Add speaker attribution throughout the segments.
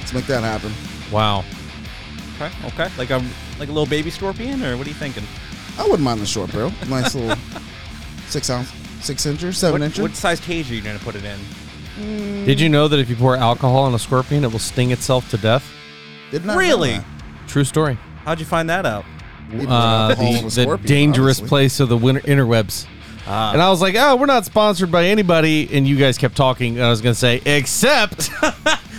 Speaker 1: Let's make that happen.
Speaker 2: wow.
Speaker 3: Okay, okay. Like I'm like a little baby scorpion, or what are you thinking?
Speaker 1: I wouldn't mind the short barrel. Nice little six ounce, six incher, seven
Speaker 3: What,
Speaker 1: incher.
Speaker 3: what size cage are you gonna put it in?
Speaker 2: Did you know that if you pour alcohol on a scorpion, it will sting itself to death?
Speaker 1: Did not know
Speaker 3: really?
Speaker 1: that.
Speaker 2: True story.
Speaker 3: How'd you find that out?
Speaker 1: You put
Speaker 2: Uh,
Speaker 1: alcohol in
Speaker 2: the,
Speaker 1: a
Speaker 2: the
Speaker 1: scorpion,
Speaker 2: dangerous
Speaker 1: obviously.
Speaker 2: place of the winter, interwebs.
Speaker 3: Ah.
Speaker 2: and I was like, oh, we're not sponsored by anybody. And you guys kept talking. And I was going to say, except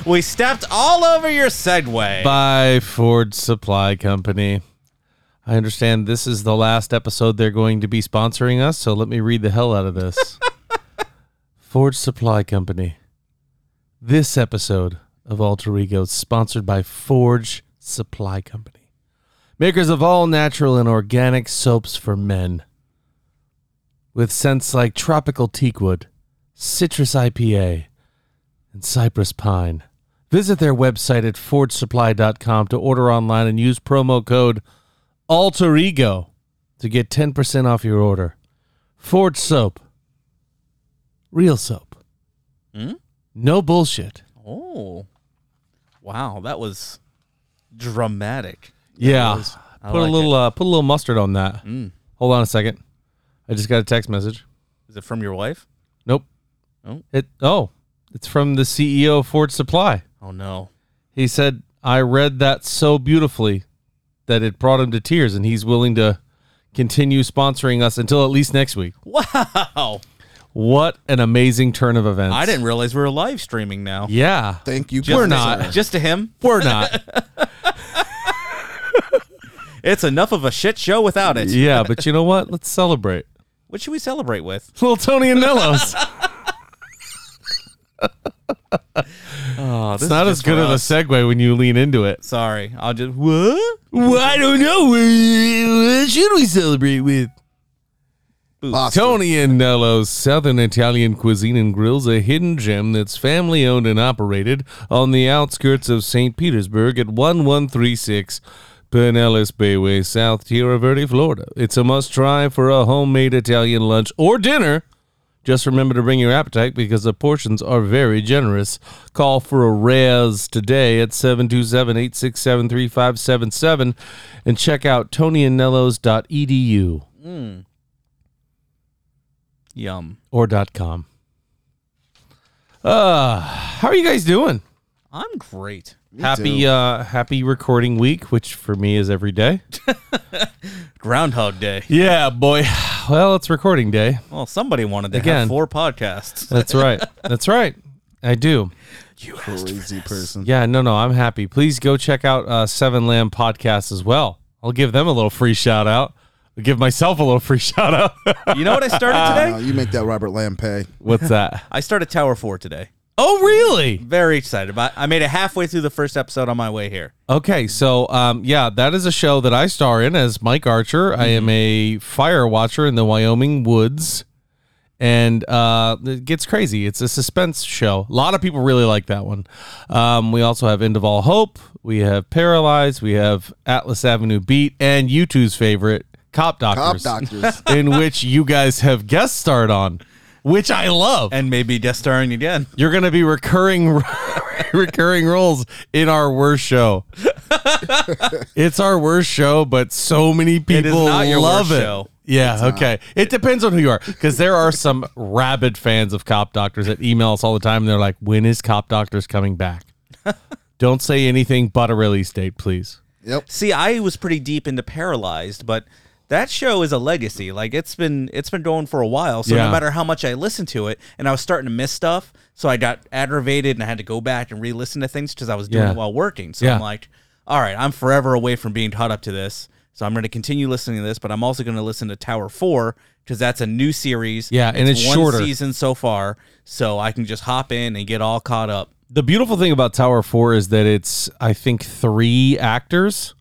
Speaker 3: We stepped all over your segue.
Speaker 2: by Ford Supply Company. I understand this is the last episode they're going to be sponsoring us. So let me read the hell out of this. Ford Supply Company. This episode of Alter Ego is sponsored by Forge Supply Company, makers of all natural and organic soaps for men. With scents like tropical teakwood, citrus IPA, and cypress pine. Visit their website at FordSupply.com to order online and use promo code Alter Ego to get 10% off your order. Ford Soap. Real soap.
Speaker 3: Hmm?
Speaker 2: No bullshit.
Speaker 3: oh, wow, that was dramatic.
Speaker 2: Yeah.
Speaker 3: is. I
Speaker 2: Put
Speaker 3: like Hmm.
Speaker 2: a little uh, put a little mustard on that. Hold on a second. I just got a text message.
Speaker 3: Is it from your wife?
Speaker 2: Nope.
Speaker 3: Oh.
Speaker 2: It oh, it's from the CEO of Ford Supply.
Speaker 3: Oh no.
Speaker 2: He said, I read that so beautifully that it brought him to tears, and he's willing to continue sponsoring us until at least next week.
Speaker 3: Wow.
Speaker 2: What an amazing turn of events.
Speaker 3: I didn't realize we were live streaming now.
Speaker 2: Yeah.
Speaker 1: Thank you.
Speaker 2: We're
Speaker 1: Christopher.
Speaker 2: not.
Speaker 3: Just to him.
Speaker 2: We're not.
Speaker 3: It's enough of a shit show without it.
Speaker 2: yeah, but you know what? Let's celebrate.
Speaker 3: What should we celebrate with?
Speaker 2: Little Tony and Nello's.
Speaker 3: Oh,
Speaker 2: It's not as good of a segue when you lean into it.
Speaker 3: Sorry, I'll just what?
Speaker 2: Well, I don't know. What should we celebrate with?
Speaker 1: Boston.
Speaker 2: Tony and Nello's Southern Italian Cuisine and Grill's a hidden gem that's family owned and operated on the outskirts of St. Petersburg at 1136 Pinellas Bayway, South Tierra Verde, Florida. It's a must try for a homemade Italian lunch or dinner. Just remember to bring your appetite because the portions are very generous. Call for a res today at 727 867 3577 and check out tonyandnellos.edu
Speaker 3: Yum.
Speaker 2: or dot com. Uh, how are you guys doing?
Speaker 3: I'm great.
Speaker 2: happy uh happy recording week, which for me is every day.
Speaker 3: Groundhog Day.
Speaker 2: Yeah, boy. Well, it's recording day.
Speaker 3: Well, somebody wanted to
Speaker 2: Again.
Speaker 3: have four podcasts.
Speaker 2: That's right. That's right. I do.
Speaker 1: Crazy person.
Speaker 2: Yeah, no, no, I'm happy. Please go check out uh, Seven Lamb Podcast as well. I'll give them a little free shout out. I'll give myself a little free shout out.
Speaker 3: You know what I started
Speaker 1: Uh,
Speaker 3: today?
Speaker 1: you make that Robert Lamb pay.
Speaker 2: What's that?
Speaker 3: I started Tower 4 today.
Speaker 2: oh, really?
Speaker 3: Very excited about I made it halfway through the first episode on my way here.
Speaker 2: Okay, so um, yeah, that is a show that I star in as Mike Archer. I am a fire watcher in the Wyoming woods, and uh, it gets crazy. It's a suspense show. A lot of people really like that one. Um, we also have End of All Hope. We have Paralyzed. We have Atlas Avenue Beat, and you two's favorite Cop
Speaker 1: Cop
Speaker 2: Doctors,
Speaker 1: doctors.
Speaker 2: in which you guys have guest starred on, which I love
Speaker 3: And maybe guest starring again.
Speaker 2: you're going to be recurring recurring roles in our worst show. it's our worst show, but so many people
Speaker 3: not your
Speaker 2: love
Speaker 3: worst
Speaker 2: it.
Speaker 3: show.
Speaker 2: Yeah, okay. It depends on who you are because there are some rabid fans of Cop Doctors that email us all the time and they're like, "When is Cop Doctors coming back?" Don't say anything but a release date, please.
Speaker 1: yep.
Speaker 3: See, I was pretty deep into Paralyzed, but that show is a legacy. Like it's been it's been going for a while. So
Speaker 2: Yeah.
Speaker 3: no matter how much I listened to it, and I was starting to miss stuff, so I got aggravated and I had to go back and re-listen to things because I was doing
Speaker 2: Yeah.
Speaker 3: it while working. So
Speaker 2: Yeah.
Speaker 3: I'm like, all right, I'm forever away from being caught up to this. So I'm going to continue listening to this, but I'm also going to listen to Tower Four because that's a new series.
Speaker 2: Yeah, and it's
Speaker 3: one
Speaker 2: shorter.
Speaker 3: season so far, so I can just hop in and get all caught up.
Speaker 2: the beautiful thing about Tower Four is that it's I think three actors,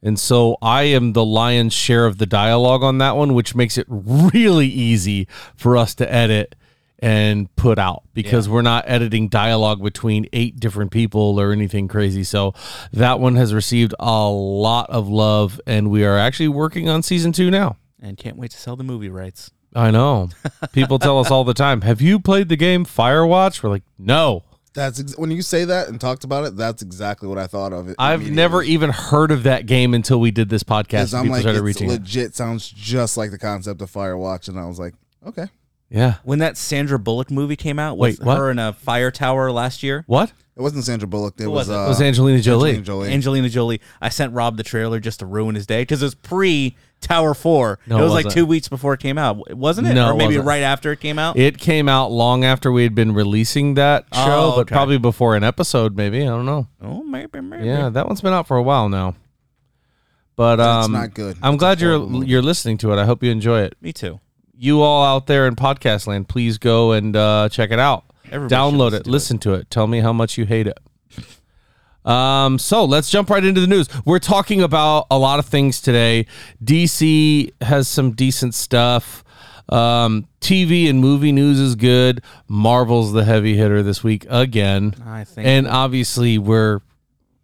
Speaker 2: and so I am the lion's share of the dialogue on that one, which makes it really easy for us to edit and put out because we're not editing dialogue between eight different people or anything crazy. So that one has received a lot of love, and we are actually working on season two now.
Speaker 3: And can't wait to sell the movie rights.
Speaker 2: I know. People tell us all the time, "Have you played the game Firewatch?" We're like, "No."
Speaker 1: That's ex- when you say that and talked about it. That's exactly what I thought of it.
Speaker 2: I've never even heard of that game until we did this podcast.
Speaker 1: because
Speaker 2: and
Speaker 1: I'm
Speaker 2: people
Speaker 1: like,
Speaker 2: started
Speaker 1: it
Speaker 2: reaching out.
Speaker 1: legit sounds just like the concept of Firewatch, and I was like, okay, it
Speaker 2: Yeah.
Speaker 3: when that Sandra Bullock movie came out with
Speaker 2: Wait, what?
Speaker 3: her in a fire tower last year.
Speaker 2: What?
Speaker 1: wasn't Sandra Bullock. It
Speaker 3: Who was
Speaker 1: was
Speaker 3: it?
Speaker 1: uh,
Speaker 2: It was Angelina Jolie.
Speaker 1: Angelina Jolie.
Speaker 3: Angelina Jolie. I sent Rob the trailer just to ruin his day because it was pre Tower Four.
Speaker 2: No,
Speaker 3: it
Speaker 2: it
Speaker 3: was like
Speaker 2: wasn't.
Speaker 3: two weeks before it came out, wasn't it?
Speaker 2: No,
Speaker 3: or
Speaker 2: it
Speaker 3: maybe
Speaker 2: wasn't.
Speaker 3: right after it came out.
Speaker 2: It came out long after we had been releasing that show,
Speaker 3: Oh,
Speaker 2: but
Speaker 3: okay.
Speaker 2: probably before an episode, maybe. I don't know.
Speaker 3: oh, maybe, maybe.
Speaker 2: Yeah, that one's been out for a while now. But um,
Speaker 1: That's not good.
Speaker 2: I'm
Speaker 1: That's a
Speaker 2: glad you're
Speaker 1: horrible movie.
Speaker 2: you're listening to it. I hope you enjoy it.
Speaker 3: me too.
Speaker 2: You all out there in podcast land, please go and uh, check it out.
Speaker 3: Everybody
Speaker 2: Download
Speaker 3: should
Speaker 2: it, listen to it. Tell me how much you hate it. Um, so let's jump right into the news. We're talking about a lot of things today. DC has some decent stuff. Um, TV and movie news is good. Marvel's the heavy hitter this week again.
Speaker 3: I think-
Speaker 2: and obviously we're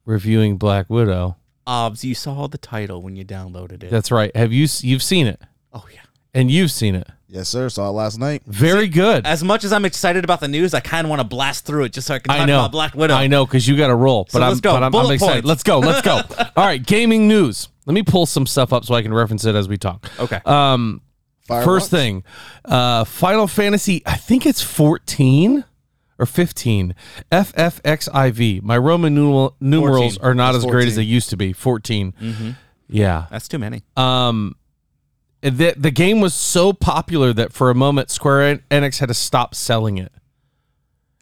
Speaker 2: reviewing Black Widow.
Speaker 3: Obs, you saw the title when you downloaded it.
Speaker 2: That's right. Have you s- you've seen it?
Speaker 3: oh yeah.
Speaker 2: And you've seen it.
Speaker 1: Yes, sir. Saw it last night.
Speaker 2: Very good.
Speaker 3: As much as I'm excited about the news, I kind of want to blast through it just so I can talk
Speaker 2: I know
Speaker 3: about Black Widow.
Speaker 2: I know because you got to roll. But
Speaker 3: So
Speaker 2: I'm,
Speaker 3: let's go.
Speaker 2: but I'm, I'm
Speaker 3: Bullet
Speaker 2: excited.
Speaker 3: points.
Speaker 2: Let's go. Let's go. All right, gaming news. Let me pull some stuff up so I can reference it as we talk.
Speaker 3: Okay.
Speaker 2: Um,
Speaker 1: Firewatch?
Speaker 2: first thing, uh, Final Fantasy. I think it's 14 or 15. FFXIV. My Roman numeral, numerals
Speaker 3: 14.
Speaker 2: are not
Speaker 1: It's
Speaker 2: as great as they
Speaker 1: 14.
Speaker 2: used to be. 14.
Speaker 3: Mm-hmm.
Speaker 2: Yeah.
Speaker 3: That's too many.
Speaker 2: Um, the the game was so popular that for a moment Square Enix had to stop selling it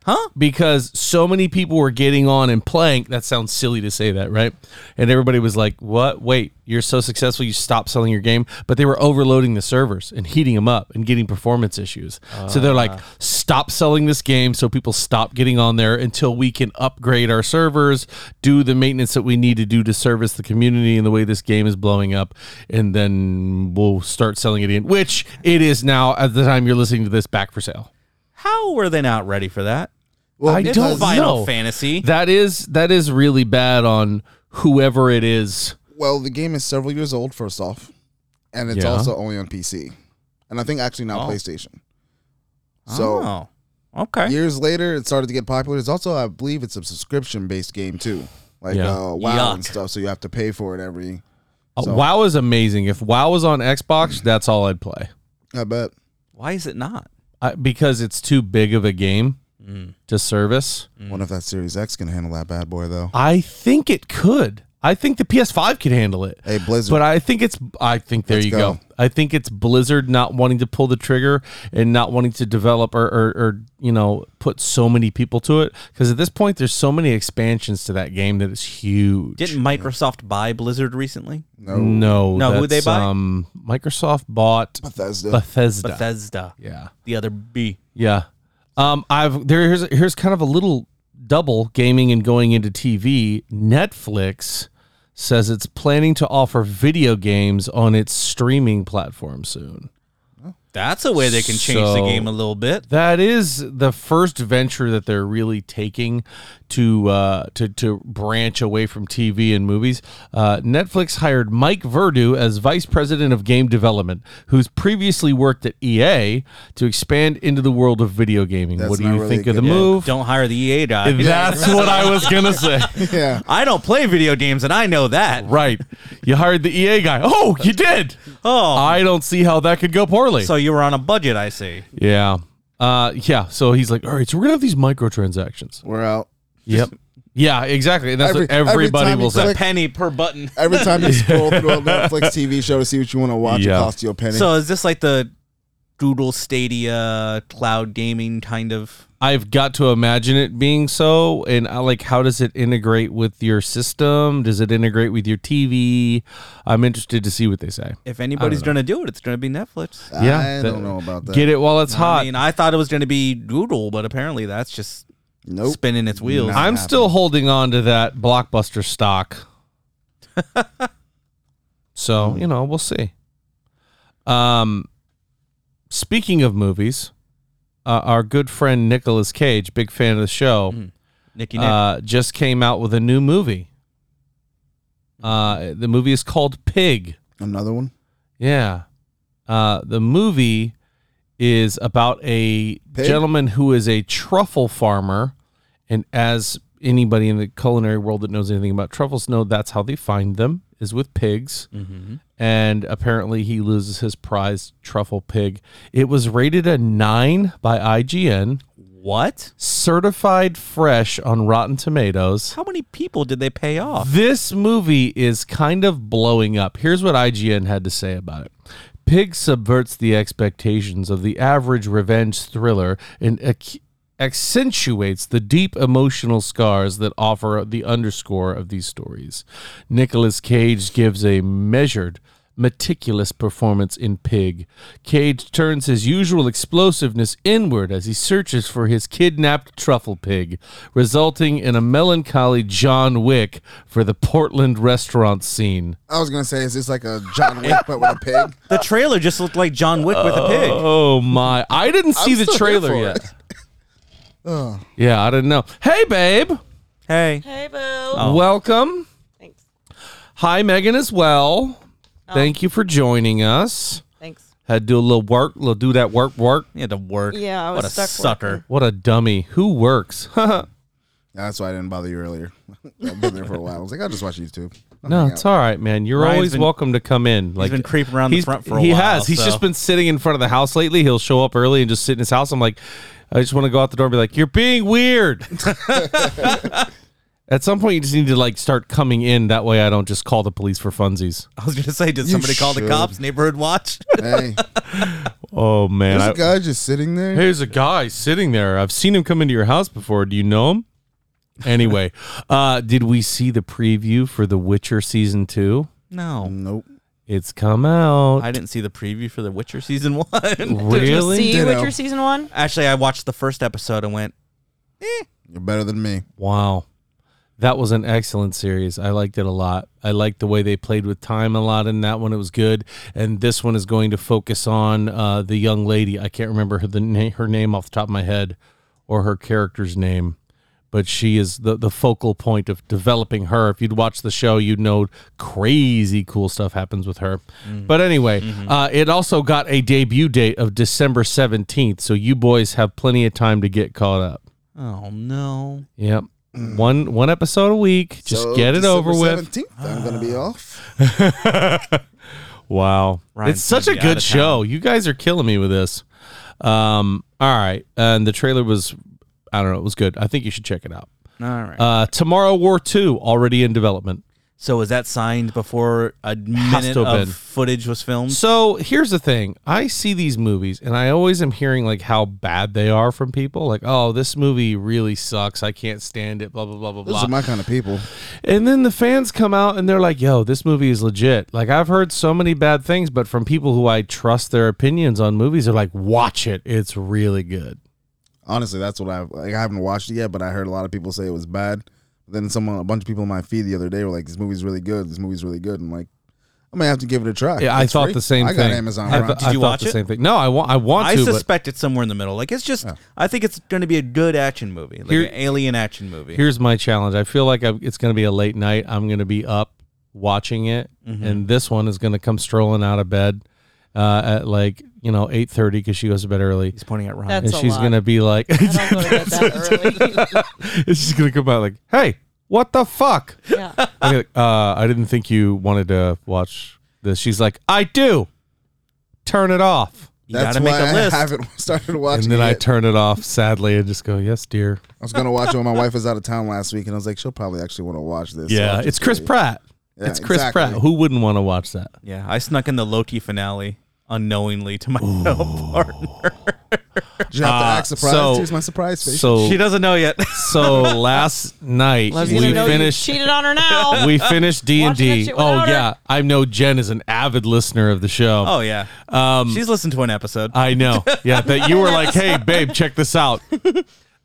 Speaker 3: Huh?
Speaker 2: because so many people were getting on and playing. That sounds silly to say that, right? And everybody was like, "What? Wait, you're so successful, you stopped selling your game?" But they were overloading the servers and heating them up and getting performance issues. so they're like, "Stop selling this game, so people stop getting on there until we can upgrade our servers, do the maintenance that we need to do to service the community and the way this game is blowing up, and then we'll start selling it again." Which it is now at the time you're listening to this back for sale.
Speaker 3: How were they not ready for that?
Speaker 1: Well,
Speaker 2: I
Speaker 3: It's
Speaker 2: don't
Speaker 3: Final
Speaker 2: know.
Speaker 3: Fantasy.
Speaker 2: That is that is really bad on whoever it is.
Speaker 1: Well, the game is several years old, first off, and it's
Speaker 2: Yeah.
Speaker 1: also only on PC, and I think actually now
Speaker 3: Oh.
Speaker 1: PlayStation. So
Speaker 3: oh, okay.
Speaker 1: years later, it started to get popular. It's also, I believe, it's a subscription-based game too, like
Speaker 2: Yeah.
Speaker 1: uh, WoW and
Speaker 3: Yuck.
Speaker 1: stuff. So you have to pay for it every.
Speaker 2: Uh,
Speaker 1: So-
Speaker 2: WoW is amazing. If WoW was on Xbox, that's all I'd play
Speaker 1: I bet.
Speaker 3: Why is it not?
Speaker 2: I, because it's too big of a game to service.
Speaker 1: Mm-hmm. Wonder if that Series X can handle that bad boy though.
Speaker 2: I think it could. I think the PS5 could handle it.
Speaker 1: Hey, Blizzard.
Speaker 2: But I think it's. I think there
Speaker 1: Let's
Speaker 2: you go.
Speaker 1: go.
Speaker 2: I think it's Blizzard not wanting to pull the trigger and not wanting to develop or, or, or you know put so many people to it because at this point there's so many expansions to that game that it's huge.
Speaker 3: Didn't Microsoft buy Blizzard recently?
Speaker 2: no,
Speaker 3: No, who'd they
Speaker 2: that's,
Speaker 3: buy?
Speaker 2: Um, Microsoft bought
Speaker 1: Bethesda.
Speaker 2: Bethesda.
Speaker 3: Bethesda.
Speaker 2: Yeah.
Speaker 3: The other B.
Speaker 2: Yeah. Um, I've there here's here's kind of a little double gaming and going into TV. Netflix says it's planning to offer video games on its streaming platform soon.
Speaker 3: That's a way they can change the
Speaker 2: So-
Speaker 3: game a little bit.
Speaker 2: That is the first venture that they're really taking to uh, to to branch away from TV and movies. Uh, Netflix hired Mike Verdu as vice president of game development, who's previously worked at EA, to expand into the world of video gaming.
Speaker 1: That's
Speaker 2: what do
Speaker 1: not
Speaker 2: you
Speaker 1: really
Speaker 2: think
Speaker 1: a
Speaker 2: of the
Speaker 1: good-
Speaker 2: move?
Speaker 3: Don't hire the EA guy.
Speaker 2: That's what I was gonna say.
Speaker 1: yeah.
Speaker 3: I don't play video games, and I know that.
Speaker 2: Right. You hired the EA guy. Oh, you did.
Speaker 3: Oh.
Speaker 2: I don't see how that could go poorly.
Speaker 3: So you were on a budget, I see.
Speaker 2: yeah. Uh, yeah. So he's like, all right, so we're gonna have these microtransactions.
Speaker 1: We're out.
Speaker 2: Yep. Yeah, exactly. And that's
Speaker 1: Every-
Speaker 2: what everybody
Speaker 1: every time
Speaker 2: will
Speaker 1: you
Speaker 2: say.
Speaker 1: click-
Speaker 3: Penny per button.
Speaker 1: Every time you scroll through a Netflix TV show to see what you want to watch,
Speaker 2: Yeah.
Speaker 1: it costs you a penny.
Speaker 3: So is this like the Google Stadia cloud gaming kind of?
Speaker 2: I've got to imagine it being so. And I like, how does it integrate with your system? Does it integrate with your TV? I'm interested to see what they say.
Speaker 3: If anybody's going to do it, it's going to be Netflix.
Speaker 1: I
Speaker 2: yeah, that-
Speaker 1: don't know about that.
Speaker 2: Get it while it's hot.
Speaker 3: I mean, I thought it was going to be Google, but apparently that's just
Speaker 1: Nope.
Speaker 3: spinning its wheels.
Speaker 1: Nah.
Speaker 2: I'm
Speaker 1: happening.
Speaker 2: still holding on to that blockbuster stock. so, you know, we'll see. Um speaking of movies, uh, our good friend Nicolas Cage, big fan of the show,
Speaker 3: Nicky Nick.
Speaker 2: uh, just came out with a new movie. Uh the movie is called Pig.
Speaker 1: Another one.
Speaker 2: Yeah. Uh, the movie is about a
Speaker 1: Pig?
Speaker 2: gentleman who is a truffle farmer. And as anybody in the culinary world that knows anything about truffles know, that's how they find them is with pigs. And apparently he loses his prized truffle pig. It was rated a nine by IGN,
Speaker 3: what?
Speaker 2: certified fresh on Rotten Tomatoes.
Speaker 3: How many people did they pay off?
Speaker 2: This movie is kind of blowing up. Here's what IGN had to say about it. Pig subverts the expectations of the average revenge thriller and ac- accentuates the deep emotional scars that offer the underscore of these stories. Nicolas Cage gives a measured, meticulous performance in Pig. Cage turns his usual explosiveness inward as he searches for his kidnapped truffle pig, resulting in a melancholy John Wick for the Portland restaurant scene.
Speaker 1: I was gonna say, is this like a John Wick but with a pig?
Speaker 3: The trailer just looked like John Wick with a pig.
Speaker 2: Oh my, I didn't see
Speaker 1: I'm
Speaker 2: the
Speaker 1: still here
Speaker 2: trailer
Speaker 1: for
Speaker 2: yet.
Speaker 1: it.
Speaker 2: Yeah, I didn't know. Hey babe,
Speaker 3: Hey.
Speaker 4: Hey, boo.
Speaker 1: Oh.
Speaker 2: welcome.
Speaker 4: Thanks. Oh.
Speaker 2: Hi Megan as well. Thank you for joining us.
Speaker 4: Thanks.
Speaker 2: Had to do a little work, little do that work work.
Speaker 3: You had to work.
Speaker 4: Yeah, I
Speaker 3: What
Speaker 4: was
Speaker 3: a
Speaker 4: stuck
Speaker 3: sucker.
Speaker 4: working.
Speaker 2: What a dummy. Who works?
Speaker 1: Oh, That's why I didn't bother you earlier. I've been there for a while. I was like, I'll just watch YouTube. I'll
Speaker 2: No,
Speaker 1: hang
Speaker 2: it's
Speaker 1: out.
Speaker 2: all right, man. You're
Speaker 3: Ryan's
Speaker 2: always
Speaker 3: been-
Speaker 2: welcome to come in. Like
Speaker 3: been creeping around the
Speaker 2: he's-
Speaker 3: front for a
Speaker 2: he
Speaker 3: while,
Speaker 2: has. He's
Speaker 3: so-
Speaker 2: just been sitting in front of the house lately. He'll show up early and just sit in his house. I'm like, I just want to go out the door and be like, "You're being weird." At some point, you just need to like start coming in. That way, I don't just call the police for funsies.
Speaker 3: I was going to say, did somebody call the
Speaker 1: should.
Speaker 3: cops? Neighborhood watch?
Speaker 1: Hey,
Speaker 2: Oh man,
Speaker 1: there's
Speaker 2: I,
Speaker 1: a guy just sitting there.
Speaker 2: Here's a guy sitting there. I've seen him come into your house before. Do you know him? Anyway, uh, did we see the preview for The Witcher season two?
Speaker 3: no.
Speaker 1: Nope.
Speaker 2: It's come out.
Speaker 3: I didn't see the preview for The Witcher season one.
Speaker 2: really? Uh,
Speaker 4: Did you see
Speaker 1: Ditto.
Speaker 4: Witcher season one?
Speaker 3: Actually, I watched the first episode and went,
Speaker 1: You're better than me.
Speaker 2: Wow. That was an excellent series. I liked it a lot. I liked the way they played with time a lot in that one. It was good. And this one is going to focus on uh, the young lady. I can't remember her, the na- her name off the top of my head or her character's name, but she is the, the focal point of developing her. If you'd watch the show, you'd know crazy cool stuff happens with her.
Speaker 4: Mm-hmm.
Speaker 2: But anyway, uh, it also got a debut date of December 17th. So you boys have plenty of time to get caught up.
Speaker 3: oh, no.
Speaker 2: Yep. One one episode a week. Just
Speaker 1: Mm. So,
Speaker 2: get it
Speaker 1: December
Speaker 2: over with. Ah,
Speaker 1: 17th, I'm gonna be off.
Speaker 2: Wow.
Speaker 3: Ryan's
Speaker 2: it's such a
Speaker 3: gonna be out
Speaker 2: good
Speaker 3: of
Speaker 2: show. You guys are killing me with this. Um all right. And the trailer was I don't know, it was good. I think you should check it out.
Speaker 3: All right.
Speaker 2: Uh Tomorrow War 2 already in development.
Speaker 3: So was that signed before a minute
Speaker 2: to
Speaker 3: of
Speaker 2: have been.
Speaker 3: footage was filmed?
Speaker 2: So here's the thing. I see these movies and I always am hearing like how bad they are from people. Like, oh, this movie really sucks. I can't stand it. Blah blah blah blah
Speaker 1: Those
Speaker 2: blah.
Speaker 1: are my kind of people.
Speaker 2: and then the fans come out and they're like, yo, this movie is legit. Like I've heard so many bad things, but from people who I trust their opinions on movies, they're like, watch it. It's really good.
Speaker 1: Honestly, that's what I've like. I haven't watched it yet, but I heard a lot of people say it was bad. Then someone, a bunch of people in my feed the other day were like, "This movie's really good. This movie's really good." I'm like, I may have to give it a try.
Speaker 2: Yeah, I
Speaker 1: It's
Speaker 2: thought
Speaker 1: free.
Speaker 2: the same
Speaker 1: I
Speaker 2: thing.
Speaker 1: got Amazon
Speaker 2: I
Speaker 1: Prime.
Speaker 2: thought-
Speaker 3: Did
Speaker 2: I
Speaker 3: you
Speaker 2: thought
Speaker 3: watch
Speaker 2: the
Speaker 3: it?
Speaker 2: same thing. No, I want I want
Speaker 3: I
Speaker 2: to, but
Speaker 3: suspect it's somewhere in the middle. Like it's just, I think it's going to be a good action movie, like
Speaker 2: Here-
Speaker 3: an alien action movie.
Speaker 2: here's my challenge. I feel like i it's going to be a late night. I'm going to be up watching it, and this one is going to come strolling out of bed uh, at like you know eight thirty because she goes to bed early,
Speaker 3: He's pointing at Ryan.
Speaker 2: and
Speaker 4: That's a
Speaker 2: she's
Speaker 4: lot.
Speaker 2: going to be like,
Speaker 4: I don't go to bed that early.
Speaker 2: she's going to come out like, hey, what the fuck?
Speaker 4: Yeah.
Speaker 2: I'm gonna be like, uh, I didn't think you wanted to watch this. She's like, I do. Turn it off.
Speaker 3: you got
Speaker 1: That's
Speaker 3: to make
Speaker 1: why
Speaker 3: a list.
Speaker 1: I haven't started
Speaker 2: And
Speaker 1: watching.
Speaker 2: then
Speaker 1: it.
Speaker 2: I
Speaker 1: yet.
Speaker 2: turn it off sadly and just go, yes, dear.
Speaker 1: I was gonna watch it when my wife was out of town last week, and I was like, she'll probably actually want to watch this. So I'll
Speaker 2: Yeah,
Speaker 1: just
Speaker 2: it's Chris
Speaker 1: wait.
Speaker 2: Pratt.
Speaker 1: Yeah,
Speaker 2: it's Chris
Speaker 1: exactly.
Speaker 2: Pratt. Who wouldn't want to watch that?
Speaker 3: yeah, I snuck in the Loki finale unknowingly to my partner.
Speaker 1: Did you have to act surprised?
Speaker 2: uh, so-
Speaker 1: Here's my surprise face.
Speaker 2: So
Speaker 3: she doesn't know yet.
Speaker 2: so last night
Speaker 4: Love's
Speaker 2: we
Speaker 4: gonna know
Speaker 2: finished
Speaker 4: you cheated on her now.
Speaker 2: we finished D and
Speaker 4: Watching that
Speaker 2: D.
Speaker 4: shit
Speaker 2: Oh
Speaker 4: without her.
Speaker 2: yeah, I know Jen is an avid listener of the show.
Speaker 3: oh yeah,
Speaker 2: Um,
Speaker 3: she's listened to an episode.
Speaker 2: I know. Yeah, that you were like, hey babe, check this out.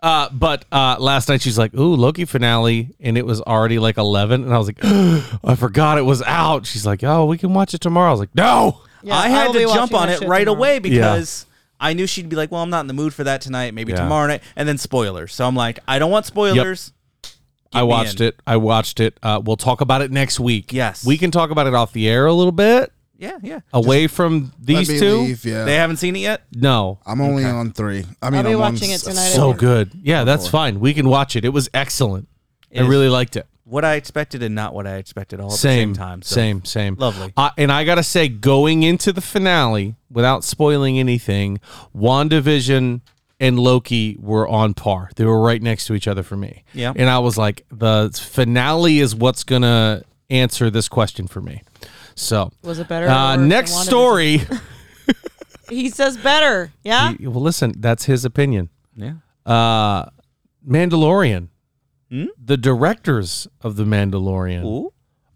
Speaker 2: Uh, but uh, last night she's like, "Ooh, Loki finale," and it was already like eleven, and I was like, "I forgot it was out." She's like, "Oh, we can watch it tomorrow." I was like, "No."
Speaker 4: Yeah,
Speaker 3: I
Speaker 4: I
Speaker 3: had
Speaker 4: will
Speaker 3: to
Speaker 4: be
Speaker 3: jump
Speaker 4: watching
Speaker 3: on
Speaker 4: that
Speaker 3: it
Speaker 4: shit
Speaker 3: right
Speaker 4: tomorrow.
Speaker 3: away because I knew she'd be like, "Well, I'm not in the mood for that tonight. Maybe
Speaker 2: Yeah.
Speaker 3: tomorrow night." And then spoilers. So I'm like, "I don't want spoilers."
Speaker 2: I
Speaker 3: me
Speaker 2: watched
Speaker 3: in.
Speaker 2: it. I watched it. Uh, we'll talk about it next week.
Speaker 3: Yes.
Speaker 2: we can talk about it off the air a little bit,
Speaker 3: Yeah, yeah.
Speaker 2: away from
Speaker 1: Let
Speaker 2: these
Speaker 1: me
Speaker 2: two.
Speaker 1: leave, yeah.
Speaker 3: They haven't seen it yet.
Speaker 2: No,
Speaker 1: I'm only on three. I mean,
Speaker 4: be
Speaker 1: I'm on
Speaker 4: watching
Speaker 1: s-
Speaker 4: it tonight.
Speaker 2: so
Speaker 4: Four.
Speaker 2: good. Yeah, that's fine. We can watch it. It was excellent. I
Speaker 3: is.
Speaker 2: really liked it.
Speaker 3: What I expected and not what I expected all at
Speaker 2: Same,
Speaker 3: the same time. So.
Speaker 2: same, same.
Speaker 3: Lovely.
Speaker 2: Uh, and I gotta say, going into the finale without spoiling anything, WandaVision and Loki were on par. They were right next to each other for me.
Speaker 3: Yeah.
Speaker 2: And I was like, the finale is what's gonna answer this question for me. So
Speaker 4: Was it better or
Speaker 2: Uh,
Speaker 4: worse than
Speaker 2: next
Speaker 4: WandaVision?
Speaker 2: story.
Speaker 4: He says better. Yeah.
Speaker 2: well, listen, that's his opinion.
Speaker 3: Yeah.
Speaker 2: uh Mandalorian. The directors of the Mandalorian
Speaker 3: Hmm? Ooh,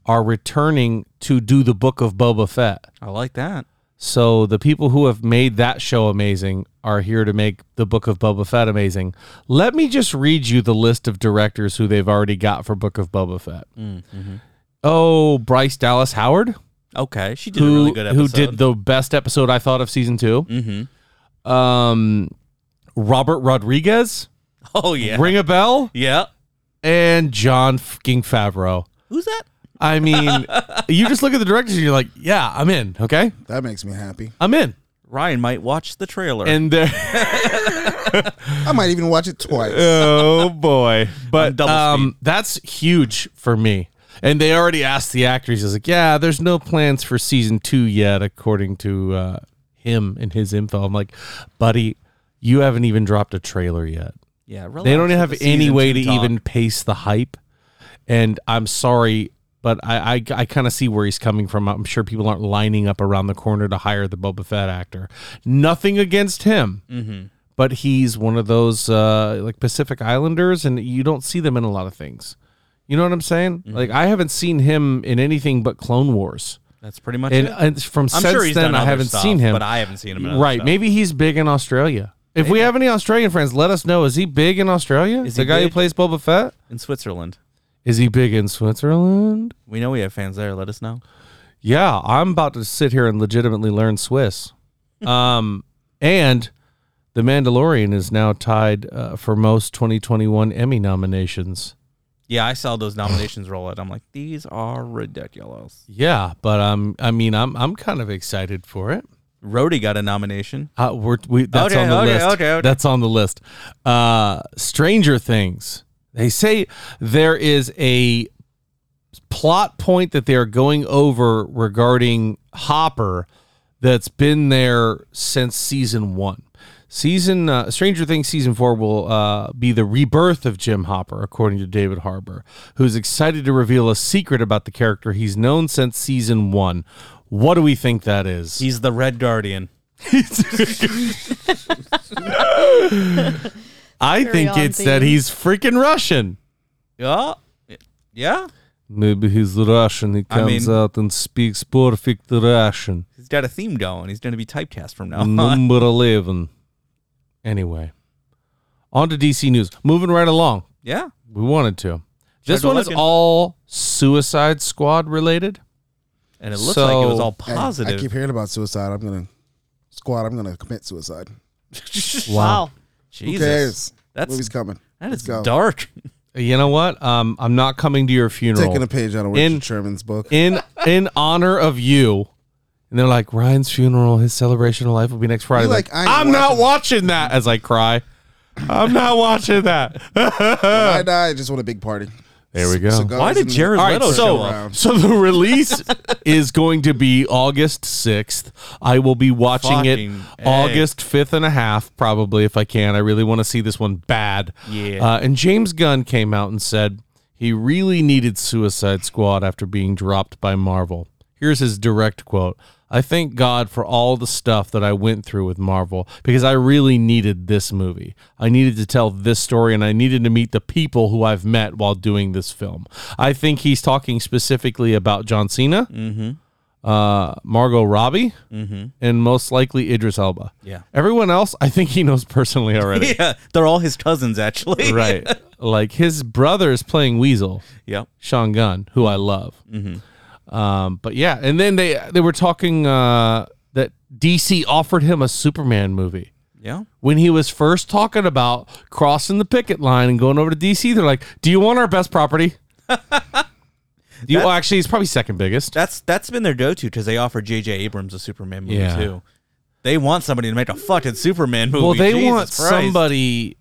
Speaker 2: are returning to do the book of Boba Fett.
Speaker 3: I like that.
Speaker 2: So the people who have made that show amazing are here to make the book of Boba Fett amazing. Let me just read you the list of directors who they've already got for Book of Boba Fett.
Speaker 3: Mm-hmm.
Speaker 2: Oh, Bryce Dallas Howard,
Speaker 3: Okay, she did
Speaker 2: who
Speaker 3: a really good episode.
Speaker 2: who did the best episode I thought of season 2.
Speaker 3: Mm-hmm.
Speaker 2: Um Robert Rodriguez,
Speaker 3: Oh yeah,
Speaker 2: ring a bell?
Speaker 3: yeah.
Speaker 2: and John fucking Favreau.
Speaker 3: Who's that?
Speaker 2: I mean, you just look at the directors and you're like, yeah, I'm in. Okay,
Speaker 1: That makes me happy.
Speaker 2: I'm in.
Speaker 3: Ryan might watch the trailer.
Speaker 2: And they're
Speaker 1: I might even watch it twice.
Speaker 2: oh boy,
Speaker 3: On
Speaker 2: but
Speaker 3: double
Speaker 2: um, that's huge for me. And they already asked the actors. I was like, yeah, there's no plans for season two yet, according to uh, him and his info. I'm like, buddy, you haven't even dropped a trailer yet.
Speaker 3: yeah, relax
Speaker 2: They don't
Speaker 3: with
Speaker 2: have
Speaker 3: the
Speaker 2: any
Speaker 3: season
Speaker 2: way
Speaker 3: two
Speaker 2: to
Speaker 3: talk.
Speaker 2: even pace the hype. And I'm sorry, but I I, I kind of see where he's coming from. I'm sure people aren't lining up around the corner to hire the Boba Fett actor. Nothing against him,
Speaker 3: Mm-hmm.
Speaker 2: but he's one of those uh, like Pacific Islanders, and you don't see them in a lot of things. You know what I'm saying?
Speaker 3: Mm-hmm.
Speaker 2: Like I haven't seen him in anything but Clone Wars.
Speaker 3: That's pretty much
Speaker 2: And,
Speaker 3: it.
Speaker 2: and from
Speaker 3: I'm
Speaker 2: since
Speaker 3: sure he's
Speaker 2: then,
Speaker 3: done
Speaker 2: I
Speaker 3: other
Speaker 2: haven't
Speaker 3: stuff,
Speaker 2: seen him.
Speaker 3: but I haven't seen him in other
Speaker 2: right?
Speaker 3: stuff.
Speaker 2: Maybe he's big in Australia. If we have any Australian friends, let us know. Is he big in Australia?
Speaker 3: Is
Speaker 2: the
Speaker 3: he
Speaker 2: guy who
Speaker 3: big?
Speaker 2: plays Boba Fett?
Speaker 3: in Switzerland.
Speaker 2: Is he big in Switzerland?
Speaker 3: We know we have fans there. Let us know.
Speaker 2: Yeah, I'm about to sit here and legitimately learn Swiss. Um, and The Mandalorian is now tied uh, for most 2021 Emmy nominations.
Speaker 3: Yeah, I saw those nominations roll out. I'm like, these are ridiculous.
Speaker 2: Yeah, but um, I mean, I'm I'm kind of excited for it.
Speaker 3: Rhodey got a nomination.
Speaker 2: Uh, we're, we that's
Speaker 3: Okay,
Speaker 2: on the
Speaker 3: okay,
Speaker 2: list.
Speaker 3: okay, okay.
Speaker 2: That's on the list. Uh, Stranger Things. They say there is a plot point that they are going over regarding Hopper that's been there since season one. Season uh, Stranger Things season four will uh, be the rebirth of Jim Hopper, according to David Harbour, who's excited to reveal a secret about the character he's known since season one. What do we think that is?
Speaker 3: He's the Red Guardian.
Speaker 2: I
Speaker 4: Very
Speaker 2: think
Speaker 4: on
Speaker 2: it's that
Speaker 4: theme.
Speaker 2: he's freaking Russian.
Speaker 3: Yeah. Yeah.
Speaker 2: Maybe he's Russian. He
Speaker 3: I
Speaker 2: comes
Speaker 3: mean-
Speaker 2: out and speaks perfect Russian.
Speaker 3: He's got a theme going. He's going to be typecast from now on.
Speaker 2: Number 11. Anyway, on to DC news. Moving right along.
Speaker 3: Yeah.
Speaker 2: We wanted to. This
Speaker 3: Started
Speaker 2: one is
Speaker 3: looking.
Speaker 2: all Suicide Squad related.
Speaker 3: And it looks like it was
Speaker 2: So-
Speaker 3: all
Speaker 1: I-
Speaker 3: positive.
Speaker 1: I, keep hearing about suicide. I'm gonna squad. I'm gonna commit suicide.
Speaker 4: Wow.
Speaker 3: Jesus.
Speaker 1: Who cares?
Speaker 3: That's-
Speaker 1: movie's coming.
Speaker 3: That
Speaker 1: Let's
Speaker 3: is
Speaker 1: go.
Speaker 3: dark.
Speaker 2: You know what? Um, I'm not coming to your funeral.
Speaker 1: Taking a page out of
Speaker 2: In-
Speaker 1: Richard Sherman's book.
Speaker 2: in in honor of you. And they're like, Ryan's funeral, his celebration of life will be next Friday.
Speaker 1: You're
Speaker 2: Like,
Speaker 1: like, I ain't
Speaker 2: I'm not watching that as I cry. I'm not watching that.
Speaker 1: When I die. I just want a big party.
Speaker 2: There we go.
Speaker 1: Cigars
Speaker 3: Why did
Speaker 1: and-
Speaker 3: Jared
Speaker 2: All right,
Speaker 3: Leto
Speaker 2: so
Speaker 3: show up?
Speaker 2: so the release is going to be August sixth. I will be watching
Speaker 3: Fucking
Speaker 2: it
Speaker 3: A.
Speaker 2: August fifth and a half, probably if I can. I really want to see this one bad.
Speaker 3: Yeah.
Speaker 2: Uh, and James Gunn came out and said he really needed Suicide Squad after being dropped by Marvel. Here's his direct quote. I thank God for all the stuff that I went through with Marvel because I really needed this movie. I needed to tell this story and I needed to meet the people who I've met while doing this film. I think he's talking specifically about John Cena, uh, Margot Robbie, and most likely Idris Elba.
Speaker 3: Yeah.
Speaker 2: Everyone else, I think he knows personally already.
Speaker 3: Yeah. They're all his cousins, actually.
Speaker 2: right. Like his brother is playing Weasel,
Speaker 3: Yep.
Speaker 2: Sean Gunn, who I love. Um, but yeah, and then they they were talking uh, that DC offered him a Superman movie.
Speaker 3: Yeah.
Speaker 2: When he was first talking about crossing the picket line and going over to DC, they're like, "Do you want our best property?" Do you, well, actually, he's probably second biggest.
Speaker 3: That's that's been their go-to because they offer J.J. Abrams a Superman movie
Speaker 2: Yeah.
Speaker 3: too. They want somebody to make a fucking Superman movie.
Speaker 2: Well, they
Speaker 3: Jesus
Speaker 2: want
Speaker 3: Christ.
Speaker 2: somebody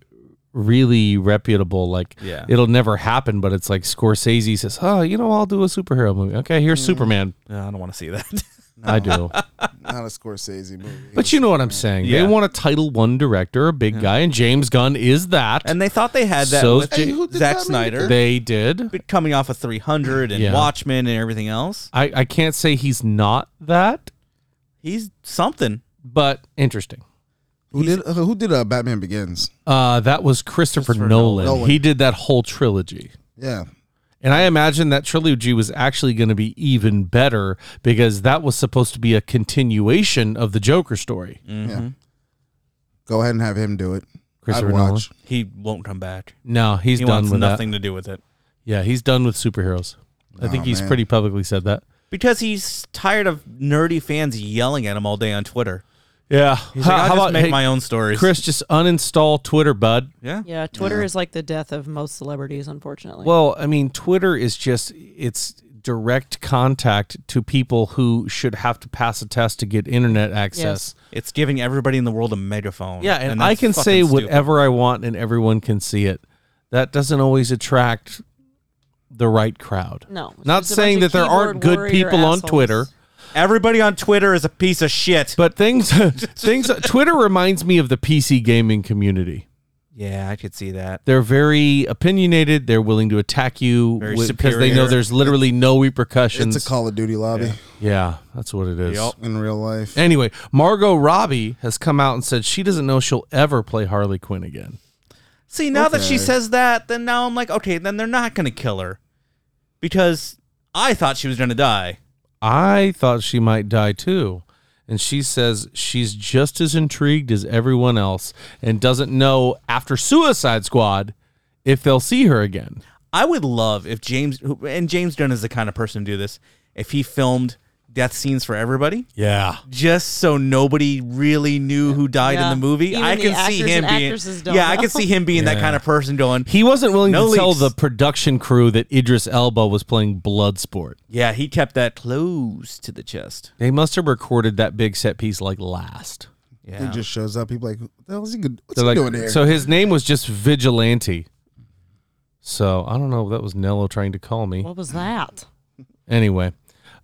Speaker 2: really reputable. Like,
Speaker 3: Yeah.
Speaker 2: it'll never happen, but it's like Scorsese says, "Oh, you know, I'll do a superhero movie." Okay, here's Superman.
Speaker 3: Uh, I don't want to see that.
Speaker 2: I do,
Speaker 1: Not a Scorsese movie.
Speaker 2: but you know what I'm saying.
Speaker 3: Yeah.
Speaker 2: They want a Title One director, a big guy, and James Gunn is that.
Speaker 3: and they thought they had that
Speaker 2: So-
Speaker 3: with
Speaker 2: Hey,
Speaker 1: who did
Speaker 3: Zack
Speaker 1: that movie?
Speaker 3: Snyder
Speaker 2: they did.
Speaker 3: But coming off of 300 and
Speaker 2: Yeah.
Speaker 3: Watchmen and everything else.
Speaker 2: I, I can't say he's not that,
Speaker 3: He's something.
Speaker 2: but interesting.
Speaker 1: who did uh, who did uh, Batman Begins?
Speaker 2: Uh, that was Christopher, Nolan.
Speaker 1: Nolan.
Speaker 2: He did that whole trilogy.
Speaker 1: Yeah,
Speaker 2: And I imagine that trilogy was actually going to be even better because that was supposed to be a continuation of the Joker story.
Speaker 3: Mm-hmm.
Speaker 1: yeah. Go ahead and have him do it. I'd
Speaker 2: Christopher Nolan.
Speaker 1: watch.
Speaker 3: He won't come back.
Speaker 2: No, he's
Speaker 3: he
Speaker 2: done
Speaker 3: wants
Speaker 2: with
Speaker 3: nothing
Speaker 2: that.
Speaker 3: to do with it
Speaker 2: Yeah, he's done with superheroes. I think
Speaker 1: Aw,
Speaker 2: he's
Speaker 1: man.
Speaker 2: pretty publicly said that.
Speaker 3: because he's tired of nerdy fans yelling at him all day on Twitter.
Speaker 2: Yeah.
Speaker 3: He's like, I'll just make my own stories.
Speaker 2: Chris just uninstall Twitter, bud?
Speaker 3: yeah.
Speaker 4: Yeah, Twitter is like the death of most celebrities, unfortunately.
Speaker 2: Well, I mean, Twitter is just it's direct contact to people who should have to pass a test to get internet access.
Speaker 3: It's giving everybody in the world a megaphone.
Speaker 2: Yeah, and, I
Speaker 3: that's
Speaker 2: can
Speaker 3: fucking
Speaker 2: say
Speaker 3: stupid.
Speaker 2: whatever I want and everyone can see it. That doesn't always attract the right crowd.
Speaker 4: no. it's
Speaker 2: Not
Speaker 4: just a
Speaker 2: saying that
Speaker 4: bunch of
Speaker 2: there aren't
Speaker 4: keyboard
Speaker 2: good
Speaker 4: warrior
Speaker 2: people on
Speaker 4: assholes.
Speaker 2: Twitter,
Speaker 3: Everybody on Twitter is a piece of shit.
Speaker 2: but things things Twitter reminds me of the PC gaming community.
Speaker 3: yeah, I could see that.
Speaker 2: They're very opinionated, they're willing to attack you
Speaker 3: Very
Speaker 2: wi- because they know
Speaker 3: superior.
Speaker 2: there's literally no repercussions.
Speaker 1: It's a Call of Duty lobby
Speaker 2: Yeah, that's what it is.
Speaker 3: Yup.
Speaker 1: in real life.
Speaker 2: Anyway, Margot Robbie has come out and said she doesn't know she'll ever play Harley Quinn again.
Speaker 3: See, now that she says that, then now I'm like, okay, then they're not going to kill her. Because I thought she was going to die.
Speaker 2: I thought she might die too. And she says she's just as intrigued as everyone else and doesn't know after Suicide Squad if they'll see her again.
Speaker 3: I would love if James, and James Gunn is the kind of person to do this, if he filmed death scenes for everybody,
Speaker 2: Yeah.
Speaker 3: just so nobody really knew who died
Speaker 4: Yeah.
Speaker 3: in the movie.
Speaker 4: Even
Speaker 3: I
Speaker 4: the
Speaker 3: can see
Speaker 4: actors
Speaker 3: him
Speaker 4: and
Speaker 3: being,
Speaker 4: actresses
Speaker 3: yeah,
Speaker 4: don't
Speaker 3: I
Speaker 4: know.
Speaker 3: can see him being that kind of person going,
Speaker 2: He wasn't willing
Speaker 3: No
Speaker 2: to tell
Speaker 3: leaks.
Speaker 2: the production crew that Idris Elba was playing Bloodsport.
Speaker 3: yeah, he kept that close to the chest.
Speaker 2: They must have recorded that big set piece like last.
Speaker 3: Yeah.
Speaker 1: He just shows up. He's like, "What the hell is he good? What's
Speaker 2: They're
Speaker 1: he
Speaker 2: like-
Speaker 1: doing here?"
Speaker 2: So his name was just Vigilante. So I don't know. That was Nello trying to call me.
Speaker 4: What was that?
Speaker 2: Anyway,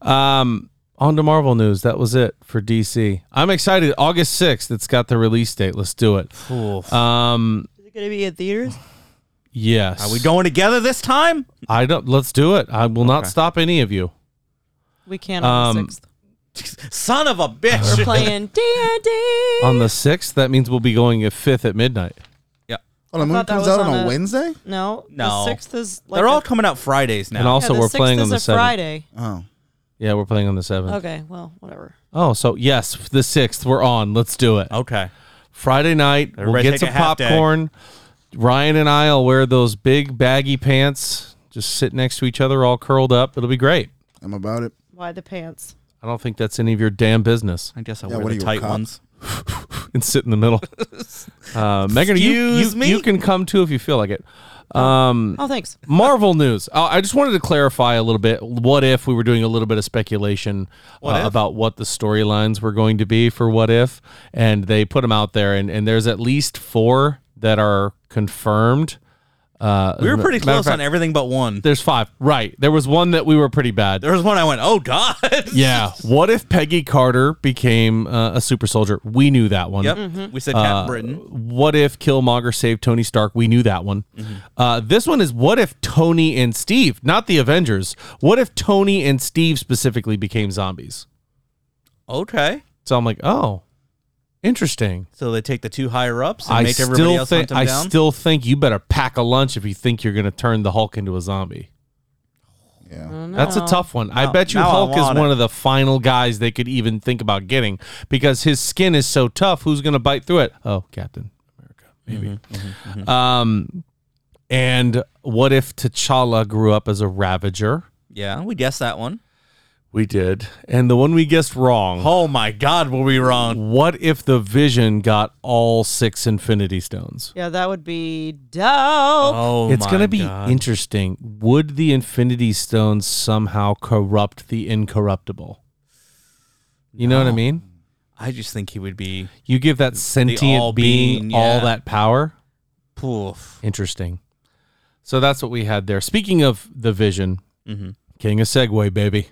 Speaker 2: um, On to Marvel news. That was it for DC. I'm excited. August 6th, it's got the release date. Let's do it.
Speaker 3: Uh,
Speaker 2: Um,
Speaker 4: Is it going to be at theaters?
Speaker 2: yes.
Speaker 3: Are Uh, we going together this time?
Speaker 2: I don't. Let's do it. I will not stop any of you.
Speaker 4: We can on the
Speaker 2: Um,
Speaker 4: 6th.
Speaker 3: Son of a
Speaker 4: We're
Speaker 3: bitch.
Speaker 4: playing D&D.
Speaker 2: On the sixth, that means we'll be going at fifth at midnight.
Speaker 1: Oh, the
Speaker 4: thought
Speaker 1: movie
Speaker 4: that
Speaker 1: comes
Speaker 4: was
Speaker 1: out on
Speaker 4: on
Speaker 1: a
Speaker 4: a-
Speaker 1: Wednesday.
Speaker 4: No,
Speaker 3: No.
Speaker 4: The 6th is like
Speaker 3: They're all
Speaker 4: a-
Speaker 3: coming out Fridays now.
Speaker 2: And
Speaker 4: yeah,
Speaker 2: also,
Speaker 4: the
Speaker 2: we're
Speaker 4: 6th
Speaker 2: playing on
Speaker 4: is
Speaker 2: the
Speaker 4: a
Speaker 2: seventh. Uh.
Speaker 4: Friday.
Speaker 1: Oh,
Speaker 2: Yeah, we're playing on the seventh.
Speaker 4: Okay, well, whatever.
Speaker 2: Oh, so yes, the sixth. We're on. Let's do it.
Speaker 3: okay.
Speaker 2: Friday night. we'll
Speaker 3: Everybody
Speaker 2: get
Speaker 3: take
Speaker 2: some
Speaker 3: a half day.
Speaker 2: popcorn. Ryan and I'll wear those big baggy pants. Just sit next to each other, all curled up. It'll be great.
Speaker 1: I'm about it.
Speaker 4: Why the pants?
Speaker 2: I don't think that's any of your damn business.
Speaker 3: I guess I
Speaker 1: Yeah,
Speaker 3: wear
Speaker 1: what are
Speaker 3: the
Speaker 1: you, a
Speaker 3: tight
Speaker 1: cop?
Speaker 3: ones.
Speaker 2: and sit in the middle. Uh, Megan, you, you,
Speaker 3: Excuse me?
Speaker 2: you can come too if you feel like it. Mm.
Speaker 4: Oh, thanks.
Speaker 2: Marvel news. Uh, I just wanted to clarify a little bit. What if we were doing a little bit of speculation uh, about what the storylines were going to be for What If? And they put them out there, and, and there's at least four that are confirmed. Uh,
Speaker 3: We were pretty
Speaker 2: matter of
Speaker 3: close on
Speaker 2: fact,
Speaker 3: everything but one.
Speaker 2: There's five. Right. There was one that we were pretty bad.
Speaker 3: There was one I went, oh God.
Speaker 2: yeah. What if Peggy Carter became uh, a super soldier? We knew that one.
Speaker 3: Yep.
Speaker 1: Mm-hmm.
Speaker 3: We said Captain Britain.
Speaker 2: Uh, What if Killmonger saved Tony Stark? We knew that one.
Speaker 3: Mm-hmm.
Speaker 2: Uh, this one is what if Tony and Steve, not the Avengers, what if Tony and Steve specifically became zombies?
Speaker 3: Okay.
Speaker 2: So I'm like, oh, interesting.
Speaker 3: So they take the two higher ups and
Speaker 2: I
Speaker 3: make everybody
Speaker 2: still
Speaker 3: else
Speaker 2: think
Speaker 3: hunt them
Speaker 2: I
Speaker 3: down.
Speaker 2: still think you better pack a lunch if you think you're going to turn the Hulk into a zombie.
Speaker 1: Yeah,
Speaker 2: That's a tough one. I bet you
Speaker 3: now I
Speaker 2: Hulk is
Speaker 3: want it.
Speaker 2: one of the final guys they could even think about getting because his skin is so tough. Who's going to bite through it? Oh, Captain America, maybe.
Speaker 3: Mm-hmm.
Speaker 2: Um, and what if T'Challa grew up as a Ravager?
Speaker 3: yeah, we guessed that one.
Speaker 2: We did, and the one we guessed wrong.
Speaker 3: Oh my God, were we wrong?
Speaker 2: What if the Vision got all six Infinity Stones?
Speaker 4: Yeah, that would be dope.
Speaker 3: Oh,
Speaker 2: it's
Speaker 3: my
Speaker 2: going to be
Speaker 3: God.
Speaker 2: interesting. Would the Infinity Stones somehow corrupt the incorruptible? You know what I mean?
Speaker 3: I just think he would be.
Speaker 2: You give that
Speaker 3: all
Speaker 2: sentient being,
Speaker 3: being,
Speaker 2: all
Speaker 3: yeah.
Speaker 2: that power.
Speaker 3: Poof.
Speaker 2: Interesting. So that's what we had there. Speaking of the vision,
Speaker 3: Mm-hmm.
Speaker 2: king of Segway, baby.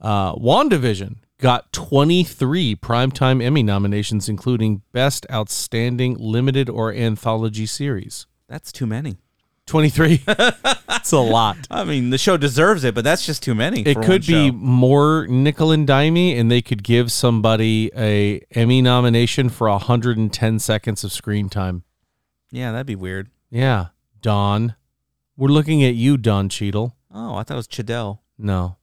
Speaker 2: Uh, WandaVision got 23 Primetime Emmy nominations, including Best Outstanding Limited or Anthology Series.
Speaker 3: That's too many.
Speaker 2: 23. That's a lot.
Speaker 3: I mean, the show deserves it, but that's just too many.
Speaker 2: It
Speaker 3: for one
Speaker 2: could be
Speaker 3: show.
Speaker 2: more nickel and dimey, and they could give somebody a Emmy nomination for 110 seconds of screen time.
Speaker 3: Yeah, that'd be weird.
Speaker 2: Yeah, Don. We're looking at you, Don Cheadle.
Speaker 3: Oh, I thought it was Chidell.
Speaker 2: No.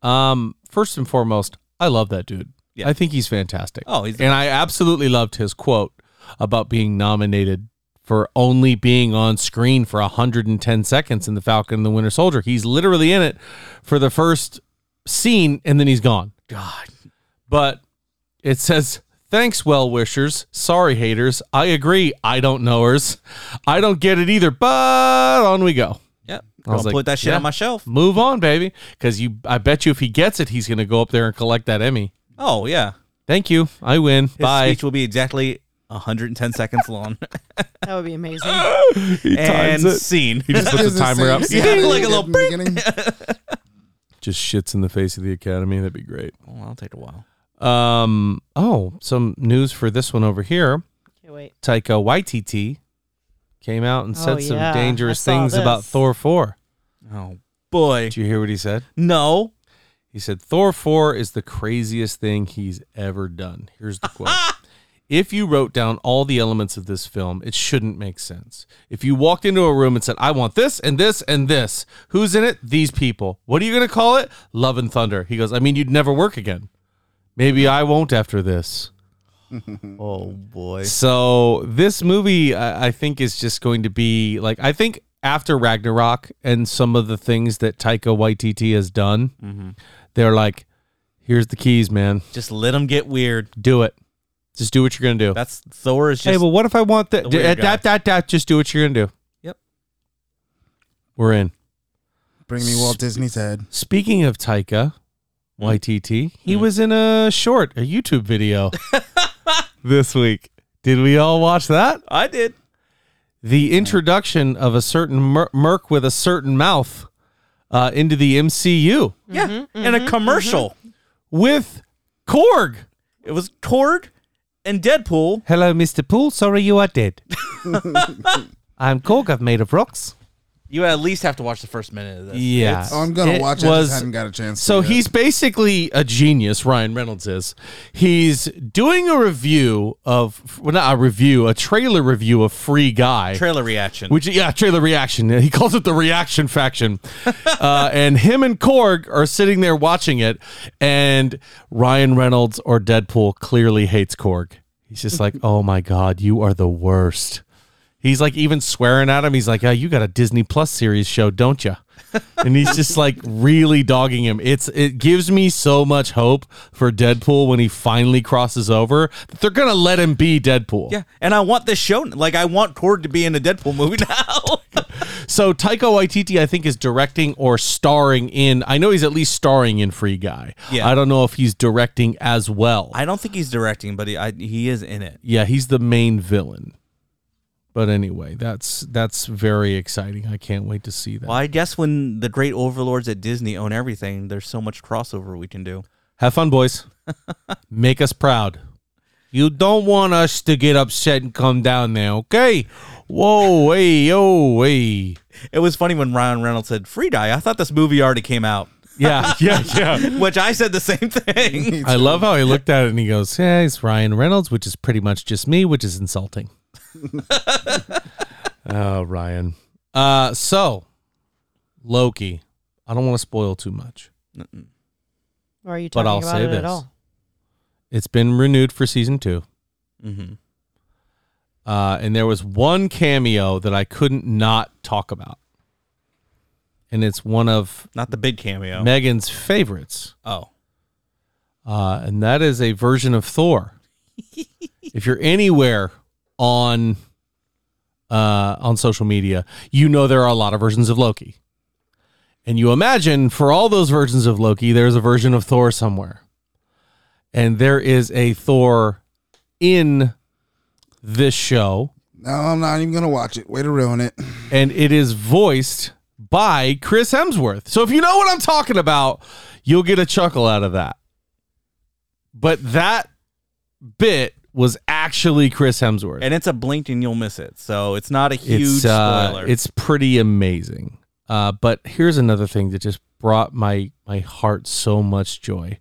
Speaker 2: Um, first and foremost, I love that dude.
Speaker 3: Yeah.
Speaker 2: I think he's fantastic.
Speaker 3: Oh, he's-
Speaker 2: and I absolutely loved his quote about being nominated for only being on screen for 110 seconds in The Falcon and the Winter Soldier. He's literally in it for the first scene and then he's gone.
Speaker 3: God.
Speaker 2: But it says, Thanks, well wishers. Sorry, haters. I agree. I don't knowers. I don't get it either, but on we go.
Speaker 3: Yep.
Speaker 2: I was
Speaker 3: Don't
Speaker 2: like,
Speaker 3: put that shit
Speaker 2: yeah.
Speaker 3: on my shelf.
Speaker 2: Move on, baby. Because you, I bet you, if he gets it, he's going to go up there and collect that Emmy.
Speaker 3: Oh, yeah.
Speaker 2: Thank you. I win.
Speaker 3: His
Speaker 2: Bye.
Speaker 3: speech will be exactly 110 seconds long.
Speaker 4: That would be amazing.
Speaker 3: and scene.
Speaker 2: He just puts the timer up.
Speaker 3: Yeah, like a little
Speaker 2: Just shits in the face of the Academy. That'd be great.
Speaker 3: Well, I'll take a while.
Speaker 2: Um. Oh, some news for this one over here.
Speaker 4: Okay, wait.
Speaker 2: Taika Waititi came out and said
Speaker 4: Oh,
Speaker 2: some
Speaker 4: yeah.
Speaker 2: dangerous
Speaker 4: I saw
Speaker 2: things about
Speaker 4: this.
Speaker 2: Thor four.
Speaker 3: Oh, boy.
Speaker 2: Did you hear what he said?
Speaker 3: No.
Speaker 2: He said, Thor 4 is the craziest thing he's ever done. Here's the quote. If you wrote down all the elements of this film, it shouldn't make sense. If you walked into a room and said, I want this and this and this, who's in it? These people. What are you going to call it? Love and Thunder. He goes, I mean, you'd never work again. Maybe I won't after this.
Speaker 3: Oh, boy.
Speaker 2: So this movie, I, I think, is just going to be like I think after Ragnarok and some of the things that Taika Waititi has done,
Speaker 3: Mm-hmm.
Speaker 2: they're like, "Here's the keys, man.
Speaker 3: Just let him get weird.
Speaker 2: Do it. Just do what you're gonna do."
Speaker 3: That's Thor is just.
Speaker 2: hey, well, what if I want that?
Speaker 3: the weird guy.
Speaker 2: That that that. Just do what you're gonna do.
Speaker 3: Yep.
Speaker 2: We're in.
Speaker 1: Bring me Walt Disney's head.
Speaker 2: Speaking of Taika YTT, he was in a short, a YouTube video this week. Did we all watch that?
Speaker 3: I did.
Speaker 2: the introduction of a certain mer- merc with a certain mouth uh, into the MCU.
Speaker 3: Mm-hmm, Yeah. In a commercial.
Speaker 2: with Korg.
Speaker 3: It was Korg and Deadpool.
Speaker 2: Hello, Mr. Pool. Sorry you are dead. I'm Korg. I've made of rocks.
Speaker 3: You at least have to watch the first minute of this.
Speaker 2: Yeah.
Speaker 1: Oh, I'm gonna
Speaker 2: It
Speaker 1: watch it. I just haven't got a chance. to
Speaker 2: So
Speaker 1: yet.
Speaker 2: he's basically a genius, Ryan Reynolds is. He's doing a review of, well, not a review, a trailer review of Free Guy.
Speaker 3: Trailer reaction.
Speaker 2: Which yeah, trailer reaction. He calls it the reaction faction, uh, and him and Korg are sitting there watching it, and Ryan Reynolds or Deadpool clearly hates Korg. He's just like, oh my god, you are the worst. He's like even swearing at him. He's like, oh, you got a Disney Plus series show, don't you? and he's just like really dogging him. It's it gives me so much hope for Deadpool when he finally crosses over. that They're gonna let him be Deadpool.
Speaker 3: yeah, and I want this show. Like I want Korg to be in a Deadpool movie now.
Speaker 2: So Taika Waititi, I think, is directing or starring in. I know he's at least starring in Free Guy.
Speaker 3: Yeah.
Speaker 2: I don't know if he's directing as well.
Speaker 3: I don't think he's directing, but he, I, he is in it.
Speaker 2: yeah, he's the main villain. But anyway, that's that's very exciting. I can't wait to see that.
Speaker 3: Well, I guess when the great overlords at Disney own everything, there's so much crossover we can do.
Speaker 2: Have fun, boys. Make us proud. You don't want us to get upset and come down there, okay? Whoa, hey, yo, hey.
Speaker 3: It was funny when Ryan Reynolds said "Free Die." I thought this movie already came out,
Speaker 2: Yeah, yeah, yeah.
Speaker 3: which I said the same thing.
Speaker 2: I love how he looked at it and he goes, Yeah, it's Ryan Reynolds, which is pretty much just me, which is insulting. oh, Ryan. Uh, so, Loki, I don't want to spoil too much.
Speaker 4: Or are you
Speaker 2: But
Speaker 4: talking
Speaker 2: I'll
Speaker 4: about
Speaker 2: say
Speaker 4: it
Speaker 2: this.
Speaker 4: at all?
Speaker 2: It's been renewed for season two.
Speaker 3: mm-hmm.
Speaker 2: Uh, and there was one cameo that I couldn't not talk about. And it's one of
Speaker 3: Not the big cameo.
Speaker 2: Megan's favorites.
Speaker 3: oh,
Speaker 2: uh, and that is a version of Thor. if you're anywhere on uh, on social media, you know there are a lot of versions of Loki, and you imagine for all those versions of Loki, there's a version of Thor somewhere, and there is a Thor in this show,
Speaker 1: no, I'm not even gonna watch it. Way to ruin it.
Speaker 2: and it is voiced by Chris Hemsworth. So if you know what I'm talking about, you'll get a chuckle out of that. But that bit was actually Chris Hemsworth.
Speaker 3: and it's a blink and you'll miss it. So it's not a huge
Speaker 2: it's, uh,
Speaker 3: spoiler.
Speaker 2: It's pretty amazing. Uh, but here's another thing that just brought my my heart so much joy.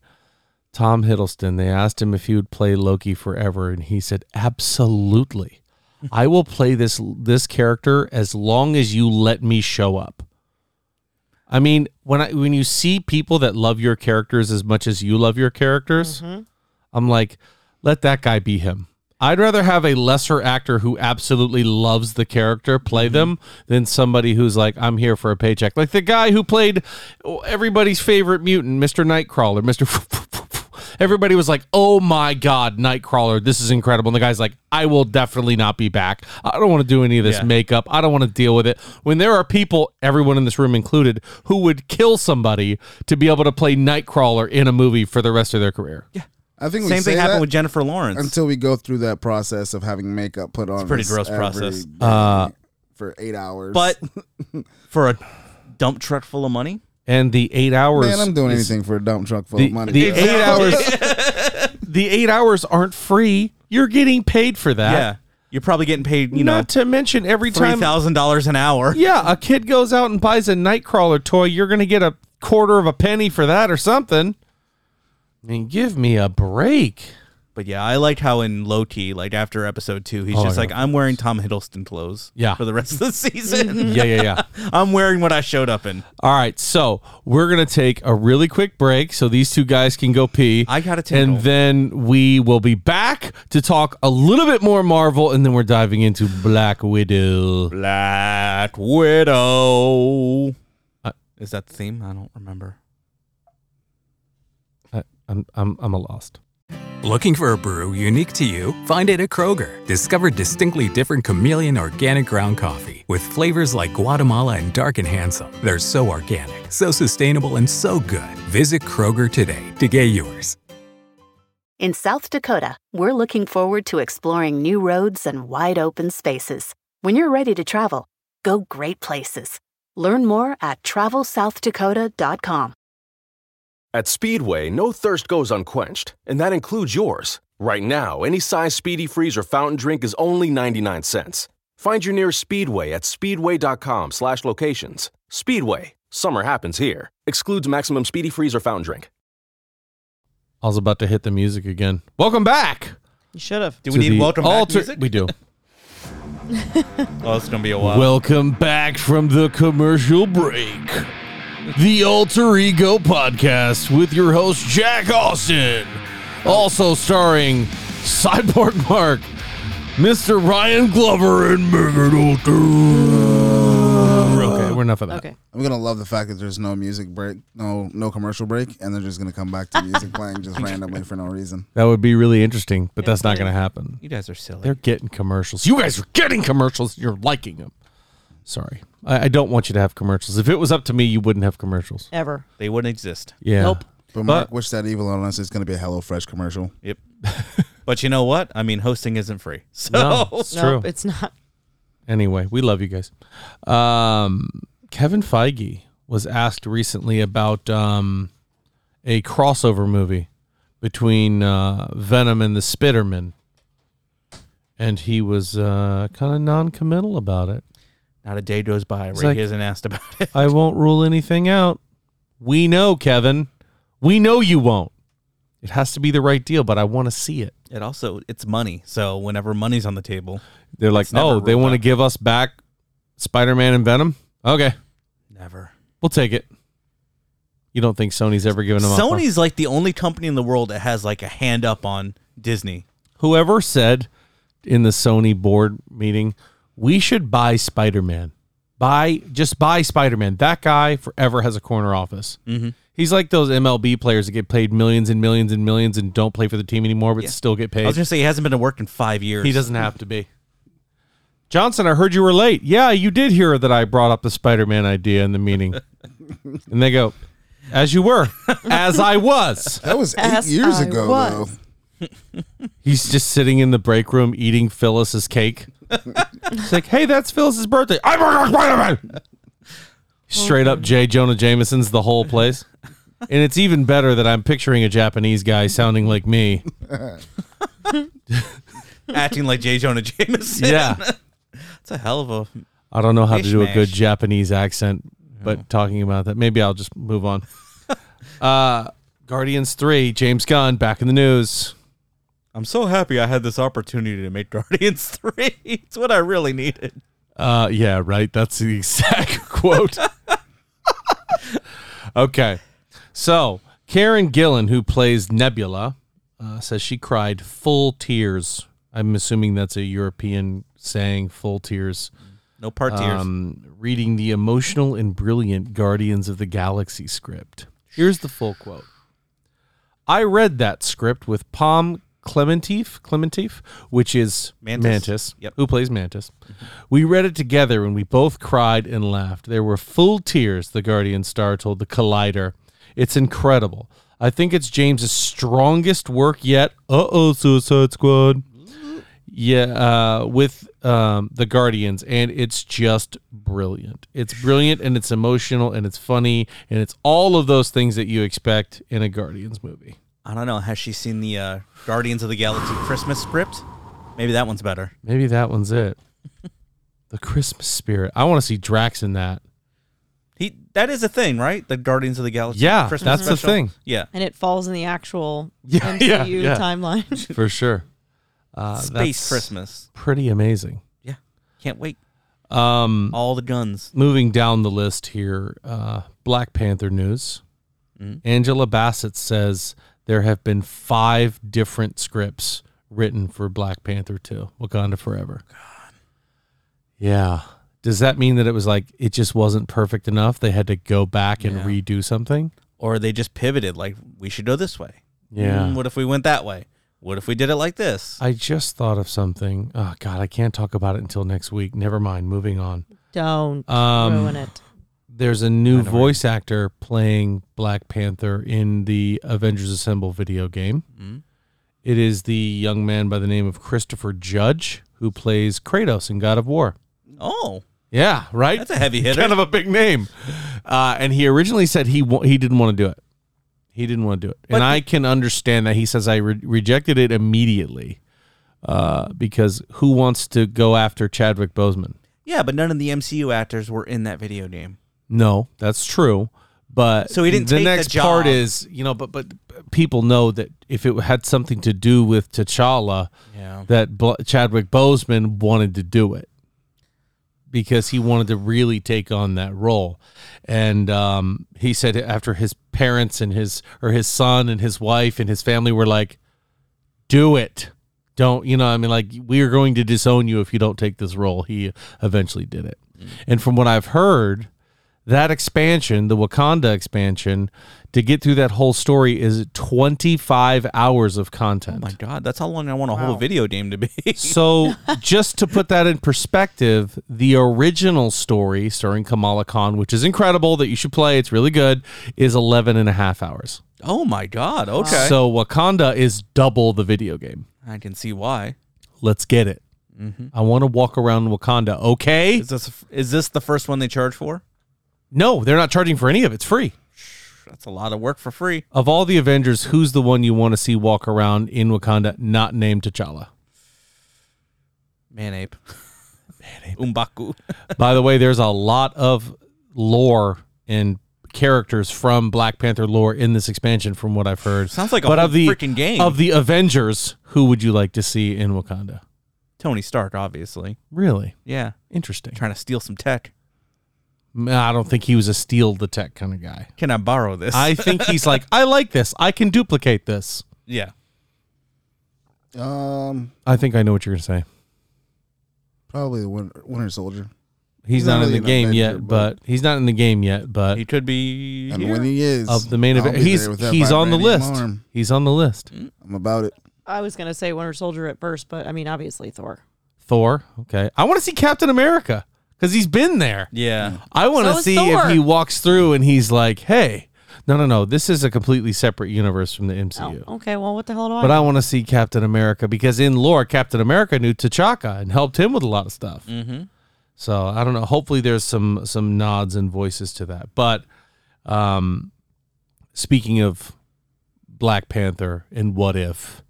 Speaker 2: Tom Hiddleston, they asked him if he would play Loki forever, and he said, "Absolutely, I will play this this character as long as you let me show up." I mean, when I when you see people that love your characters as much as you love your
Speaker 3: Mm-hmm.
Speaker 2: characters, I'm like, let that guy be him. I'd rather have a lesser actor who absolutely loves the character play them than somebody who's like, I'm here for a paycheck. Like the guy who played everybody's favorite mutant, Mr. Nightcrawler, Mr. Everybody was like, oh my God, Nightcrawler, this is incredible. And the guy's like, I will definitely not be back. I don't want to do any of this
Speaker 3: Yeah.
Speaker 2: makeup. I don't want to deal with it. When there are people, everyone in this room included, who would kill somebody to be able to play Nightcrawler in a movie for the rest of their career.
Speaker 1: I think we
Speaker 3: Same
Speaker 1: say
Speaker 3: thing happened
Speaker 1: that
Speaker 3: with Jennifer Lawrence.
Speaker 1: until we go through that process of having makeup put on.
Speaker 3: pretty
Speaker 1: us
Speaker 3: gross
Speaker 1: every
Speaker 3: process.
Speaker 1: day
Speaker 2: Uh,
Speaker 1: for eight hours.
Speaker 3: but for a dump truck full of money,
Speaker 2: and the eight hours.
Speaker 1: man, I'm doing
Speaker 2: is-
Speaker 1: anything for a dump truck full
Speaker 2: The,
Speaker 1: of money.
Speaker 2: the
Speaker 1: bro.
Speaker 2: eight hours. the eight hours aren't free. You're getting paid for that.
Speaker 3: yeah, you're probably getting paid. You know,
Speaker 2: Not to mention every
Speaker 3: three
Speaker 2: time.
Speaker 3: thousand dollars an hour.
Speaker 2: Yeah, a kid goes out and buys a Nightcrawler toy. You're going to get a quarter of a penny for that or something. I mean, give me a break.
Speaker 3: But yeah, I liked how in Loki, like after episode two, he's
Speaker 2: Oh,
Speaker 3: just
Speaker 2: I
Speaker 3: like,
Speaker 2: got
Speaker 3: I'm wearing Tom Hiddleston clothes.
Speaker 2: Yeah.
Speaker 3: For the rest of the season.
Speaker 2: Yeah, yeah, yeah.
Speaker 3: I'm wearing what I showed up in.
Speaker 2: All right, so we're gonna take a really quick break so these two guys can go pee.
Speaker 3: I got a tingle.
Speaker 2: and then we will be back to talk a little bit more Marvel, and then we're diving into Black Widow.
Speaker 3: Black Widow.
Speaker 2: Uh,
Speaker 3: Is that the theme? I don't remember.
Speaker 2: I, I'm I'm I'm a lost.
Speaker 5: Looking for a brew unique to you? Find it at Kroger. Discover distinctly different chameleon organic ground coffee with flavors like Guatemala and Dark and Handsome. They're so organic, so sustainable, and so good. Visit Kroger today to get yours.
Speaker 6: In South Dakota, we're looking forward to exploring new roads and wide open spaces. When you're ready to travel, go great places. Learn more at travelsouthdakota.com.
Speaker 7: At Speedway, no thirst goes unquenched, and that includes yours. Right now, any size Speedy Freeze or fountain drink is only 99 cents. Find your nearest Speedway at speedway.com slash locations. Speedway, summer happens here. Excludes maximum Speedy Freeze or fountain drink.
Speaker 2: I was about to hit the music again. Welcome back.
Speaker 4: You should have.
Speaker 3: Do we need welcome back
Speaker 2: alter-
Speaker 3: music?
Speaker 2: We do.
Speaker 3: Oh, it's gonna be a while.
Speaker 2: Welcome back from the commercial break. The Alter Ego Podcast with your host, Jack Austin. Also starring Cyborg Mark, Mr. Ryan Glover, and Megan Alter. Okay, we're enough of that.
Speaker 4: Okay.
Speaker 1: I'm gonna love the fact that there's no music break, no no commercial break, and they're just gonna come back to music playing just randomly for no reason.
Speaker 2: That would be really interesting, but that's not going to happen.
Speaker 3: you guys are silly.
Speaker 2: They're getting commercials. You guys are getting commercials. You're liking them. Sorry. I, I don't want you to have commercials. If it was up to me, you wouldn't have commercials.
Speaker 4: Ever.
Speaker 3: They wouldn't exist.
Speaker 2: Yeah.
Speaker 4: Nope.
Speaker 1: But Mark, wish that evil on us. It's gonna be a HelloFresh commercial.
Speaker 3: Yep. but you know what? I mean, hosting isn't free. So
Speaker 2: No, it's
Speaker 4: No,
Speaker 2: true.
Speaker 4: it's not.
Speaker 2: Anyway, we love you guys. Um, Kevin Feige was asked recently about um, a crossover movie between uh, Venom and the Spitterman, and he was uh, kind of non-committal about it.
Speaker 3: not a day goes by
Speaker 2: It's
Speaker 3: where
Speaker 2: like-
Speaker 3: he isn't asked about it.
Speaker 2: I won't rule anything out. We know, Kevin. We know you won't. It has to be the right deal, but I want to see it.
Speaker 3: It also it's money. So whenever money's on the table,
Speaker 2: They're like,
Speaker 3: It's never
Speaker 2: oh, they
Speaker 3: ruled
Speaker 2: want to
Speaker 3: out.
Speaker 2: give us back Spider-Man and Venom. Okay,
Speaker 3: never.
Speaker 2: We'll take it. You don't think Sony's ever given them up? huh?
Speaker 3: Sony's like the only company in the world that has like a hand up on Disney.
Speaker 2: Whoever said in the Sony board meeting, we should buy Spider Man. Buy just buy Spider Man. That guy forever has a corner office. Mm-hmm. He's like those MLB players that get paid millions and millions and millions and don't play for the team anymore, but still get
Speaker 3: I was
Speaker 2: paid.
Speaker 3: gonna say he hasn't been to work in five years.
Speaker 2: He doesn't have to be. Johnson, I heard you were late. Yeah, you did hear that I brought up the Spider Man idea in the meeting. and they go, as you were, as I was.
Speaker 1: That was eight
Speaker 4: Yes,
Speaker 1: years
Speaker 4: I
Speaker 1: ago,
Speaker 4: was.
Speaker 1: though.
Speaker 2: He's just sitting in the break room eating Phyllis's cake. It's like, hey, that's Phyllis's birthday. I'm a Spider-Man. Straight up J. Jonah Jameson's the whole place. And it's even better that I'm picturing a Japanese guy sounding like me.
Speaker 3: acting like J. Jonah Jameson.
Speaker 2: Yeah.
Speaker 3: It's a hell of a
Speaker 2: I don't know how to do a
Speaker 3: Mishmash.
Speaker 2: good Japanese accent, but talking about that, maybe I'll just move on. Uh Guardians 3, James Gunn back in the news.
Speaker 3: I'm so happy I had this opportunity to make Guardians 3. It's what I really needed.
Speaker 2: Uh, yeah, right. That's the exact quote. okay. So Karen Gillan, who plays Nebula, uh, says she cried full tears. I'm assuming that's a European saying, full tears.
Speaker 3: No part tears.
Speaker 2: Um, reading the emotional and brilliant Guardians of the Galaxy script. Here's the full quote. I read that script with Palm Clementif, Clementif, which is
Speaker 3: Mantis. Yep. Mm-hmm.
Speaker 2: who plays Mantis. We read it together and we both cried and laughed. There were full tears, the Guardian star told the Collider. It's incredible. I think it's James's strongest work yet. Uh oh, Suicide Squad. Yeah, uh, with um, the Guardians, and it's just brilliant. It's brilliant, and it's emotional, and it's funny, and it's all of those things that you expect in a Guardians movie.
Speaker 3: I don't know. Has she seen the uh, Guardians of the Galaxy Christmas script? Maybe that one's better.
Speaker 2: Maybe that one's it. the Christmas spirit. I want to see Drax in that.
Speaker 3: He that is a thing, right? The Guardians of the Galaxy.
Speaker 2: Yeah, that's the
Speaker 3: special?
Speaker 2: thing.
Speaker 3: Yeah.
Speaker 4: And it falls in the actual
Speaker 2: Yeah,
Speaker 4: MCU
Speaker 2: yeah, yeah.
Speaker 4: timeline.
Speaker 2: for sure. Uh,
Speaker 3: Space
Speaker 2: that's
Speaker 3: Christmas.
Speaker 2: Pretty amazing.
Speaker 3: Yeah. Can't wait.
Speaker 2: Um,
Speaker 3: All the guns.
Speaker 2: moving down the list here, uh, Black Panther news.
Speaker 3: Mm-hmm.
Speaker 2: Angela Bassett says there have been five different scripts written for Black Panther 2, Wakanda Forever. God. Yeah. Does that mean that it was like it just wasn't perfect enough? They had to go back and redo something?
Speaker 3: Or they just pivoted like we should go this way.
Speaker 2: Yeah.
Speaker 3: Mm, what if we went that way? What if we did it like this?
Speaker 2: I just thought of something. Oh God, I can't talk about it until next week. Never mind. Moving on.
Speaker 4: Don't
Speaker 2: Um,
Speaker 4: ruin it.
Speaker 2: There's a new voice actor playing Black Panther in the Avengers Assemble video game.
Speaker 3: Mm-hmm.
Speaker 2: It is the young man by the name of Christopher Judge who plays Kratos in God of War.
Speaker 3: oh.
Speaker 2: Yeah, right.
Speaker 3: That's a heavy hitter.
Speaker 2: Kind of a big name. Uh, and he originally said he wa- he didn't want to do it. He didn't want to do it,
Speaker 3: But
Speaker 2: and
Speaker 3: the-
Speaker 2: I can understand that. He says I re- rejected it immediately uh, because who wants to go after Chadwick Boseman?
Speaker 3: Yeah, but none of the MCU actors were in that video game.
Speaker 2: No, that's true. But
Speaker 3: So he didn't
Speaker 2: The
Speaker 3: take the
Speaker 2: next part
Speaker 3: job.
Speaker 2: is you know, but but people know that if it had something to do with T'Challa,
Speaker 3: Yeah.
Speaker 2: that Bl- Chadwick Boseman wanted to do it because he wanted to really take on that role, and um, he said after his parents and his or his son and his wife and his family were like, "Do it." Don't you know? I mean, like we are going to disown you if you don't take this role. He eventually did it,
Speaker 3: Mm-hmm.
Speaker 2: and from what I've heard, that expansion, the Wakanda expansion, to get through that whole story is 25 hours of content.
Speaker 3: Oh my god, that's how long I want a whole video game to be.
Speaker 2: so, just to put that in perspective, the original story starring Kamala Khan, which is incredible that you should play, it's really good, is 11 and a half hours.
Speaker 3: oh my god. Okay.
Speaker 2: So, Wakanda is double the video game.
Speaker 3: I can see why.
Speaker 2: Let's get it.
Speaker 3: Mm-hmm.
Speaker 2: I want to walk around Wakanda, okay?
Speaker 3: Is this is this the first one they charge for?
Speaker 2: No, they're not charging for any of it. It's free.
Speaker 3: That's a lot of work for free.
Speaker 2: Of all the Avengers, who's the one you want to see walk around in Wakanda not named T'Challa?
Speaker 3: Man ape. Umbaku.
Speaker 2: By the way, there's a lot of lore and characters from Black Panther lore in this expansion, from what I've heard.
Speaker 3: Sounds like a
Speaker 2: but
Speaker 3: whole
Speaker 2: of the
Speaker 3: freaking game.
Speaker 2: of the Avengers. Who would you like to see in Wakanda?
Speaker 3: Tony Stark, obviously.
Speaker 2: Really
Speaker 3: Yeah.
Speaker 2: interesting.
Speaker 3: Trying to steal some tech.
Speaker 2: Mm, I don't think he was a steal the tech kind of guy.
Speaker 3: Can I borrow this?
Speaker 2: I think he's like, I like this. I can duplicate this.
Speaker 3: yeah.
Speaker 1: Um,
Speaker 2: I think I know what you're gonna say.
Speaker 1: probably the Winter, Winter Soldier.
Speaker 2: He's
Speaker 1: Not
Speaker 2: not,
Speaker 1: really
Speaker 2: in
Speaker 1: an
Speaker 2: the game
Speaker 1: Avenger,
Speaker 2: yet, but, he's not in the game yet. But
Speaker 3: He could be
Speaker 1: And
Speaker 3: here.
Speaker 1: when he is
Speaker 2: of the main
Speaker 1: I'll
Speaker 2: event,
Speaker 1: be
Speaker 2: he's
Speaker 1: there with that
Speaker 2: he's on the
Speaker 1: vibranium
Speaker 2: list.
Speaker 1: arm.
Speaker 2: He's on the list.
Speaker 4: Mm.
Speaker 1: I'm about it.
Speaker 4: I was gonna say Winter Soldier at first, but I mean, obviously Thor.
Speaker 2: Thor. Okay, I want to see Captain America because he's been there.
Speaker 3: Yeah.
Speaker 2: I want to
Speaker 4: So is
Speaker 2: see
Speaker 4: Thor.
Speaker 2: if he walks through and he's like, "Hey, no, no, no, this is a completely separate universe from the MCU."
Speaker 4: Oh, okay. Well, what the hell do I?
Speaker 2: But
Speaker 4: know?
Speaker 2: I want to see Captain America because in lore, Captain America knew T'Chaka and helped him with a lot of stuff. Mm-hmm. So I don't know. Hopefully, there's some some nods and voices to that. But um, speaking of Black Panther and What If,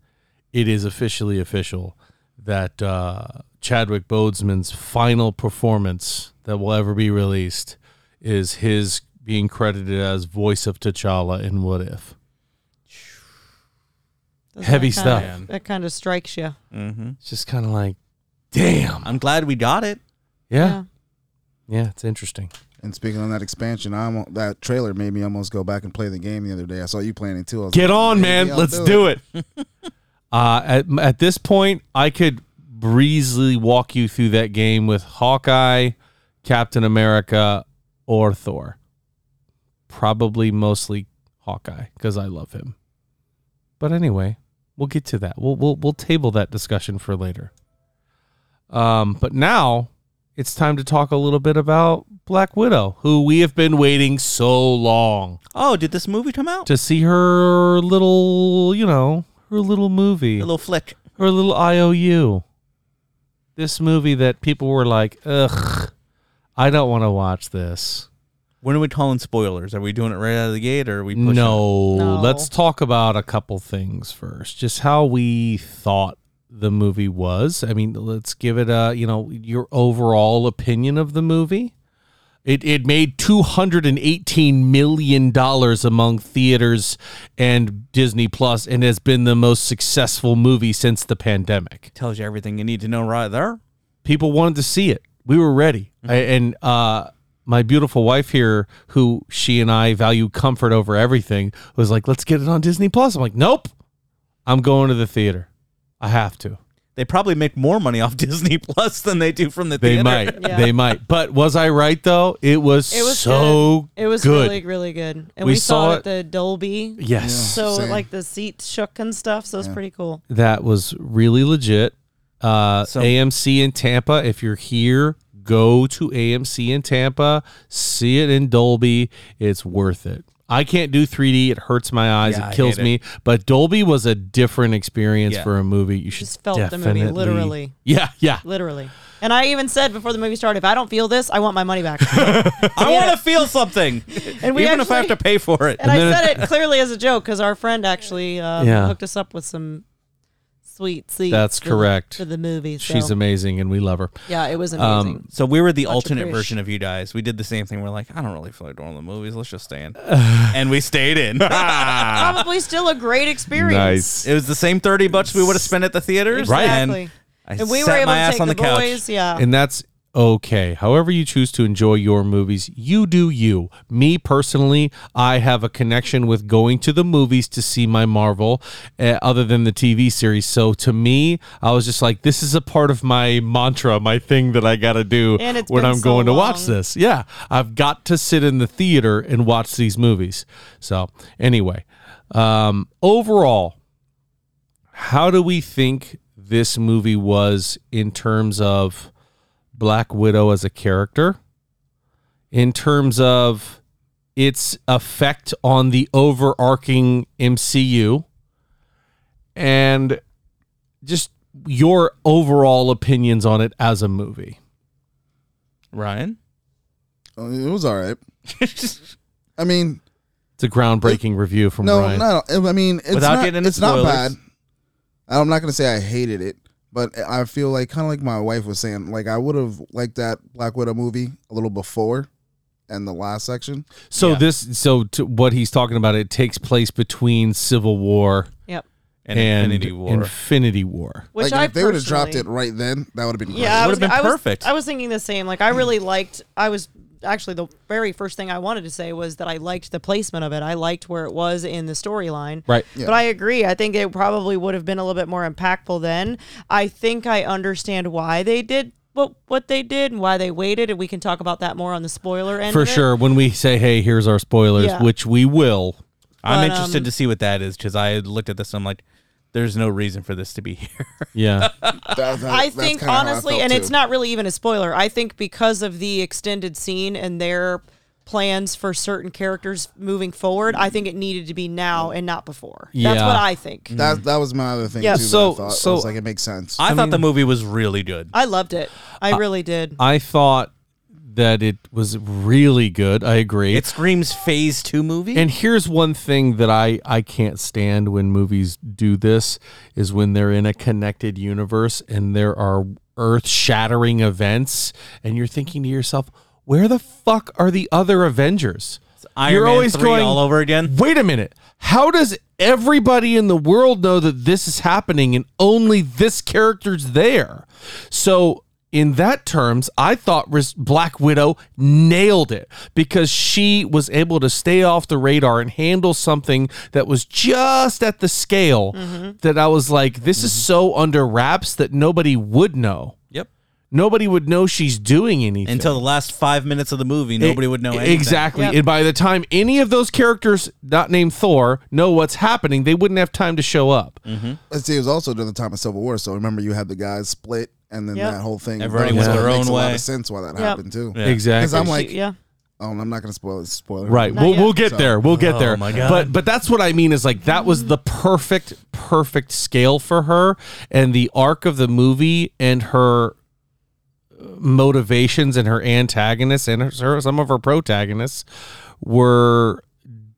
Speaker 2: it is officially official that uh, Chadwick Boseman's final performance that will ever be released is his being credited as voice of T'Challa in What If.
Speaker 4: Doesn't
Speaker 2: heavy
Speaker 4: that kinda-
Speaker 2: stuff.
Speaker 4: That kind of strikes you.
Speaker 3: Mm-hmm.
Speaker 2: It's just kind of like, damn.
Speaker 3: I'm glad we got it.
Speaker 2: Yeah. yeah. it's interesting.
Speaker 1: And speaking on that expansion, I almost, that trailer made me almost go back and play the game the other day. I saw you playing it too. I was
Speaker 2: Get
Speaker 1: like,
Speaker 2: on,
Speaker 1: maybe
Speaker 2: man.
Speaker 1: I'll
Speaker 2: Let's do it. uh, at, at this point, I could breezily walk you through that game with Hawkeye, Captain America, or Thor. Probably mostly Hawkeye because I love him. But anyway, we'll get to that. We'll we'll we'll table that discussion for later. Um, but now it's time to talk a little bit about Black Widow, who we have been waiting so long
Speaker 3: Oh, did this movie come out?
Speaker 2: to see her little, you know, her little movie,
Speaker 3: A little flick.
Speaker 2: her little IOU. This movie that people were like, ugh, I don't want to watch this.
Speaker 3: When are we calling spoilers? Are we doing it right out of the gate or are we pushing it?
Speaker 2: No,
Speaker 4: No.
Speaker 2: let's talk about a couple things first. Just how we thought the movie was. I mean, let's give it a, you know, your overall opinion of the movie. It, it made $218 million among theaters and Disney Plus and has been the most successful movie since the pandemic
Speaker 3: Tells you everything you need to know right there.
Speaker 2: people wanted to see it. We were ready.
Speaker 4: Mm-hmm.
Speaker 2: I, and uh, my beautiful wife here, who she and I value comfort over everything, was like, let's get it on Disney Plus. I'm like, nope. I'm going to the theater. I have to.
Speaker 3: They probably make more money off Disney Plus than they do from the
Speaker 2: They
Speaker 3: theater.
Speaker 2: might.
Speaker 4: Yeah.
Speaker 2: They might. But was I right, though? It was,
Speaker 4: It was
Speaker 2: so
Speaker 4: It was
Speaker 2: good.
Speaker 4: really, really good, and
Speaker 2: We
Speaker 4: we, saw,
Speaker 2: saw
Speaker 4: it at the Dolby.
Speaker 2: Yes.
Speaker 4: So
Speaker 1: Same.
Speaker 4: like the seats shook and stuff. So it's pretty cool.
Speaker 2: that was really legit. Uh,
Speaker 3: So-
Speaker 2: AMC in Tampa. If you're here, go to AMC in Tampa. See it in Dolby. It's worth it. I can't do 3D. It hurts my eyes.
Speaker 3: Yeah, I
Speaker 2: it kills
Speaker 3: hate
Speaker 2: me. But Dolby was a different experience
Speaker 3: Yeah.
Speaker 2: for a movie. You should
Speaker 4: Just felt the movie,
Speaker 2: definitely-
Speaker 4: literally.
Speaker 2: Yeah, yeah.
Speaker 4: Literally. And I even said before the movie started, if I don't feel this, I want my money back.
Speaker 3: I want to feel something,
Speaker 4: And we
Speaker 3: even if I have
Speaker 4: actually-
Speaker 3: to pay for it.
Speaker 4: And I said it clearly as a joke because our friend actually uh,
Speaker 2: Yeah.
Speaker 4: hooked us up with some sweet seats.
Speaker 2: That's
Speaker 4: for the-
Speaker 2: correct.
Speaker 4: for the movie. So.
Speaker 2: She's um, amazing, and we love her.
Speaker 4: Yeah, it was amazing.
Speaker 3: So we were the
Speaker 4: Much
Speaker 3: alternate
Speaker 4: appreciated.
Speaker 3: version of you guys. We did the same thing. We're like, I don't really feel like doing the movies. Let's just stay in, and we stayed in.
Speaker 2: ah.
Speaker 3: it
Speaker 4: Probably still a great experience.
Speaker 3: was the same thirty bucks we would have spent at the theaters,
Speaker 4: Exactly.
Speaker 3: And I
Speaker 4: And we
Speaker 3: sat
Speaker 4: were able
Speaker 3: my
Speaker 4: to
Speaker 3: ass
Speaker 4: take
Speaker 3: on the,
Speaker 4: the
Speaker 3: couch.
Speaker 4: boys. Yeah.
Speaker 2: and that's okay. However, you choose to enjoy your movies, you do you. Me personally, I have a connection with going to the movies to see my Marvel, uh, other than the TV series. So to me, I was just like, this is a part of my mantra, my thing that I got to do
Speaker 4: And it's
Speaker 2: when
Speaker 4: been
Speaker 2: I'm
Speaker 4: so
Speaker 2: going to watch
Speaker 4: long.
Speaker 2: this. Yeah, I've got to sit in the theater and watch these movies. So anyway, um, overall how do we think this movie was in terms of Black Widow as a character? In terms of its effect on the overarching MCU and just your overall opinions on it as a movie.
Speaker 3: Ryan,
Speaker 1: Uh, It was all right. I mean,
Speaker 2: It's a groundbreaking review from
Speaker 1: no,
Speaker 2: Ryan.
Speaker 1: no. I mean, it's
Speaker 3: Without
Speaker 1: not,
Speaker 3: getting into
Speaker 1: it's not
Speaker 3: spoilers.
Speaker 1: bad. I'm not gonna say I hated it, but I feel like kind of like my wife was saying, like I would have liked that Black Widow movie a little before, and the last section.
Speaker 2: So
Speaker 3: Yeah.
Speaker 2: this so to what he's talking about it takes place between Civil War
Speaker 4: Yep.
Speaker 2: and,
Speaker 3: and, Infinity War.
Speaker 2: Infinity War.
Speaker 4: Which
Speaker 1: like
Speaker 4: I
Speaker 1: if they would have dropped
Speaker 4: personally-
Speaker 1: it right then, that would have been great.
Speaker 4: Yeah, I
Speaker 3: Would've
Speaker 4: was,
Speaker 3: been
Speaker 4: I was-
Speaker 3: perfect.
Speaker 4: I was thinking the same. Like I really liked. I was actually the very first thing I wanted to say was that I liked the placement of it. I liked where it was in the storyline.
Speaker 2: Right.
Speaker 4: But I agree. I think it probably would have been a little bit more impactful then. I think I understand why they did what what they did and why they waited, and we can talk about that more on the spoiler end.
Speaker 2: for
Speaker 4: of it.
Speaker 2: sure when we say hey here's our spoilers
Speaker 4: Yeah.
Speaker 2: which we will
Speaker 3: I'm
Speaker 4: But,
Speaker 3: interested
Speaker 4: um,
Speaker 3: to see what that is because I looked at this. and I'm like, there's no reason for this to be here.
Speaker 2: yeah
Speaker 1: That- that-
Speaker 4: I
Speaker 1: that's
Speaker 4: think
Speaker 1: kinda how I
Speaker 4: honestly,
Speaker 1: felt,
Speaker 4: and
Speaker 1: too.
Speaker 4: it's not really even a spoiler. I think because of the extended scene and their plans for certain characters moving forward, I think it needed to be now and not before. That's
Speaker 2: Yeah.
Speaker 4: what I think.
Speaker 1: That that was my other thing.
Speaker 4: Mm. Yeah.
Speaker 1: too, that
Speaker 2: So-
Speaker 1: I thought.
Speaker 2: so-
Speaker 1: I was like, it makes sense.
Speaker 3: I, thought the movie was really good.
Speaker 4: I loved it. I really did.
Speaker 2: i thought that it was really good i agree
Speaker 3: it screams Phase Two movie.
Speaker 2: and here's one thing that i i can't stand when movies do this is when they're in a connected universe and there are earth-shattering events and you're thinking to yourself where the fuck are the other avengers
Speaker 3: Iron Man 3 all over again.
Speaker 2: wait a minute. How does everybody in the world know that this is happening and only this character's there? So, in that terms, I thought Res- Black Widow nailed it because she was able to stay off the radar and handle something that was just at the scale that I was like, this is so under wraps that nobody would know.
Speaker 3: Yep.
Speaker 2: Nobody would know she's doing anything
Speaker 3: Until the last five minutes of the movie,
Speaker 2: E-
Speaker 3: nobody would know anything.
Speaker 2: exactly.
Speaker 4: Yep.
Speaker 2: And by the time any of those characters, not named Thor, know what's happening, they wouldn't have time to show up.
Speaker 3: Mm-hmm.
Speaker 1: Let's see, it was also during the time of Civil War. So remember, you had the guys split, and then
Speaker 4: Yep.
Speaker 1: that whole thing.
Speaker 3: Everybody
Speaker 1: that
Speaker 3: went
Speaker 1: was-
Speaker 3: their
Speaker 1: that
Speaker 3: own
Speaker 1: makes A lot
Speaker 3: way.
Speaker 1: of sense why that
Speaker 4: Yep.
Speaker 1: happened too.
Speaker 3: Yeah.
Speaker 1: Because
Speaker 2: Exactly.
Speaker 1: I'm like,
Speaker 4: yeah.
Speaker 1: oh, I'm not gonna spoil it. Spoiler.
Speaker 2: Right.
Speaker 4: Not
Speaker 2: We'll,
Speaker 4: yet.
Speaker 2: we'll get
Speaker 1: So-
Speaker 2: there. We'll get
Speaker 3: Oh
Speaker 2: there.
Speaker 3: my God.
Speaker 2: But but that's what I mean is like that was the perfect perfect scale for her and the arc of the movie and her uh, motivations and her antagonists and her, some of her protagonists were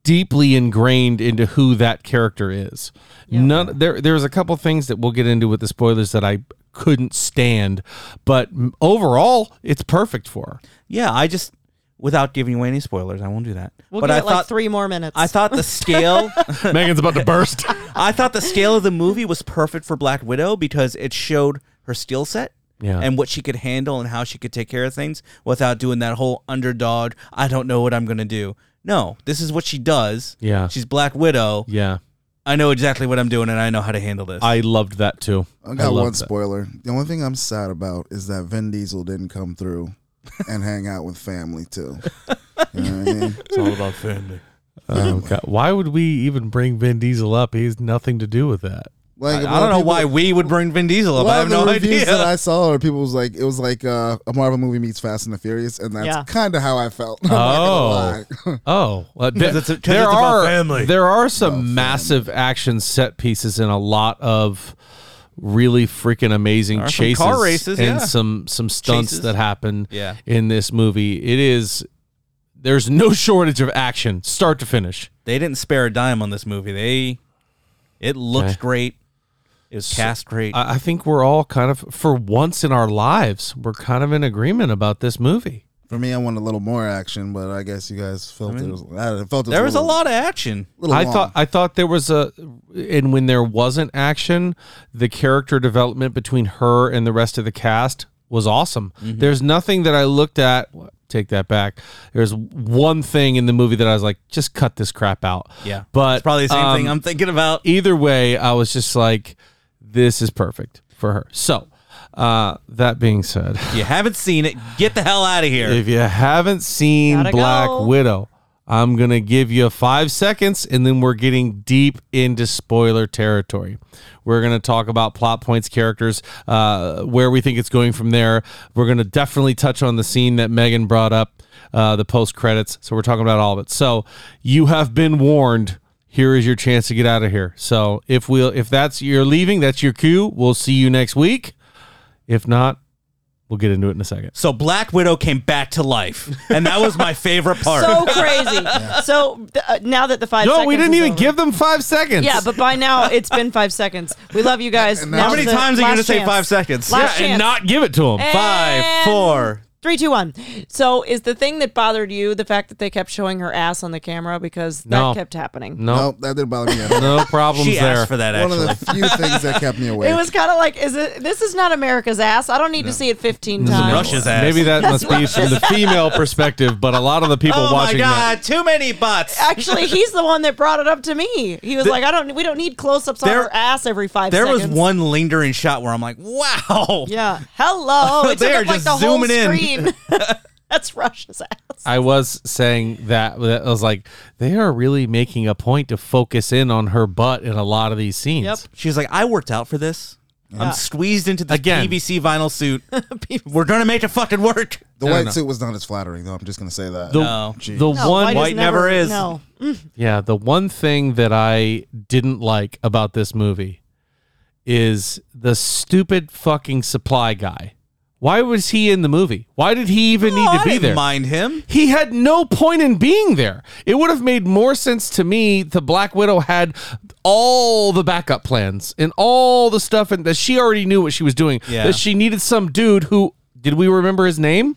Speaker 2: deeply ingrained into who that character is. None there there's a couple things that we'll get into with the spoilers that I couldn't stand, but m- overall it's perfect for her.
Speaker 3: Yeah, I just without giving away any spoilers, I won't do that.
Speaker 4: We'll
Speaker 3: but
Speaker 4: give
Speaker 3: I
Speaker 4: it like
Speaker 3: thought-
Speaker 4: three more minutes.
Speaker 3: I thought the scale
Speaker 2: Megan's about to burst.
Speaker 3: I thought the scale of the movie was perfect for Black Widow because it showed her skill set
Speaker 2: Yeah.
Speaker 3: and what she could handle and how she could take care of things without doing that whole underdog, I don't know what I'm going to do. No, this is what she does.
Speaker 2: Yeah.
Speaker 3: She's Black Widow.
Speaker 2: yeah.
Speaker 3: I know exactly what I'm doing and I know how to handle this.
Speaker 2: I loved that too.
Speaker 1: I got
Speaker 2: loved
Speaker 1: one
Speaker 2: that.
Speaker 1: spoiler. The only thing I'm sad about is that Vin Diesel didn't come through and hang out with family too. You know what I mean?
Speaker 3: it's all about family.
Speaker 2: Oh, God. Why would we even bring Vin Diesel up? He has nothing to do with that.
Speaker 1: Like,
Speaker 3: I,
Speaker 1: a lot
Speaker 3: I don't
Speaker 1: of
Speaker 3: know
Speaker 1: people-
Speaker 3: why we would bring Vin Diesel
Speaker 1: A
Speaker 3: up. I
Speaker 1: lot
Speaker 3: have
Speaker 1: of the
Speaker 3: no
Speaker 1: reviews
Speaker 3: idea.
Speaker 1: that I saw, are people was like, it was like uh, a Marvel movie meets Fast and the Furious, and that's
Speaker 4: Yeah.
Speaker 1: kind of how I felt. I'm not gonna lie.
Speaker 2: Oh, well, there,
Speaker 3: it's uh, a- 'cause
Speaker 2: there
Speaker 3: it's about
Speaker 2: are
Speaker 3: family.
Speaker 2: there are some massive action set pieces in a lot of really freaking amazing
Speaker 3: Or some
Speaker 2: chases
Speaker 3: car races,
Speaker 2: and
Speaker 3: yeah.
Speaker 2: some some stunts
Speaker 3: Chases.
Speaker 2: that happen
Speaker 3: Yeah.
Speaker 2: in this movie. It is there's no shortage of action, start to finish.
Speaker 3: They didn't spare a dime on this movie. They it looked
Speaker 2: Okay.
Speaker 3: great. It was cast great.
Speaker 2: I, I think we're all kind of for once in our lives, we're kind of in agreement about this movie.
Speaker 1: For me, I want a little more action, but I guess you guys felt it was. I felt it
Speaker 3: there was a
Speaker 1: little-
Speaker 3: lot of action.
Speaker 1: Little
Speaker 2: I
Speaker 1: long.
Speaker 2: thought I thought there was a and when there wasn't action, the character development between her and the rest of the cast was awesome.
Speaker 3: Mm-hmm.
Speaker 2: There's nothing that I looked at take that back. There's one thing in the movie that I was like, just cut this crap out.
Speaker 3: Yeah.
Speaker 2: But
Speaker 3: It's probably the same thing
Speaker 2: um,
Speaker 3: I'm thinking about.
Speaker 2: either way, I was just like, this is perfect for her. So uh that being said,
Speaker 3: If you haven't seen it, get the hell out of here.
Speaker 2: if you haven't seen
Speaker 4: Gotta
Speaker 2: Black
Speaker 4: go.
Speaker 2: Widow, I'm going to give you five seconds and then we're getting deep into spoiler territory. We're going to talk about plot points, characters, uh, where we think it's going from there. We're going to definitely touch on the scene that Megan brought up, uh, the post credits. So we're talking about all of it. So you have been warned. Here is your chance to get out of here. So if we'll if that's you're leaving, that's your cue. We'll see you next week. If not, we'll get into it in a second.
Speaker 3: So Black Widow came back to life, and that was my favorite part.
Speaker 4: So crazy. So th- uh, now that the five
Speaker 2: No,
Speaker 4: seconds
Speaker 2: we didn't
Speaker 4: is
Speaker 2: even
Speaker 4: over-
Speaker 2: give them five seconds.
Speaker 4: Yeah, but by now it's been five seconds. We love you guys.
Speaker 3: How
Speaker 4: Now's
Speaker 3: many
Speaker 4: the
Speaker 3: times are you
Speaker 4: last
Speaker 3: going to say
Speaker 4: chance.
Speaker 3: five seconds?
Speaker 2: Yeah,
Speaker 4: Last chance. Eh.
Speaker 2: and not give it to them.
Speaker 3: Five,
Speaker 4: And-
Speaker 3: four.
Speaker 4: Three, two, one. So, is the thing that bothered you the fact that they kept showing her ass on the camera because that
Speaker 2: No.
Speaker 4: kept happening?
Speaker 2: No,
Speaker 1: Nope, that didn't bother me at all.
Speaker 2: no problems
Speaker 3: She
Speaker 2: there.
Speaker 3: asked for that,
Speaker 1: One of
Speaker 3: actually.
Speaker 1: the few things that kept me awake.
Speaker 4: It was kind of like, is it? This is not America's ass. I don't need to see it 15 times.
Speaker 3: Russia's ass.
Speaker 2: Maybe that must be from the female perspective, but a lot of the people
Speaker 3: oh, my
Speaker 2: watching
Speaker 3: God. Too many butts.
Speaker 4: Actually, he's the one that brought it up to me. He was like, I don't. We don't need close-ups on
Speaker 3: There-
Speaker 4: her ass every five.
Speaker 3: there was
Speaker 4: seconds.
Speaker 3: one lingering shot where I'm like, wow.
Speaker 4: Yeah. Hello. It
Speaker 3: They
Speaker 4: took
Speaker 3: are
Speaker 4: up, like
Speaker 3: just
Speaker 4: the whole
Speaker 3: zooming in.
Speaker 4: screen. That's Russia's ass.
Speaker 2: that, I was saying that, that I was like, they are really making a point to focus in on her butt in a lot of these scenes.
Speaker 4: Yep.
Speaker 3: She's like, I worked out for this. I'm squeezed into this
Speaker 2: Again.
Speaker 3: PVC vinyl suit. We're going to make it fucking work.
Speaker 1: the white suit was not as flattering, though. I'm just gonna say that.
Speaker 2: The,
Speaker 3: No.
Speaker 2: the
Speaker 4: No,
Speaker 2: one,
Speaker 4: is
Speaker 3: White never is.
Speaker 4: No.
Speaker 2: yeah, the one thing that I didn't like about this movie is the stupid fucking supply guy. Why was he in the movie? Why did he even
Speaker 3: Oh,
Speaker 2: need to
Speaker 3: I
Speaker 2: be
Speaker 3: didn't
Speaker 2: there?
Speaker 3: mind him.
Speaker 2: He had no point in being there. It would have made more sense to me. The Black Widow had all the backup plans and all the stuff, and that she already knew what she was doing.
Speaker 3: Yeah.
Speaker 2: That she needed some dude who did we remember his name?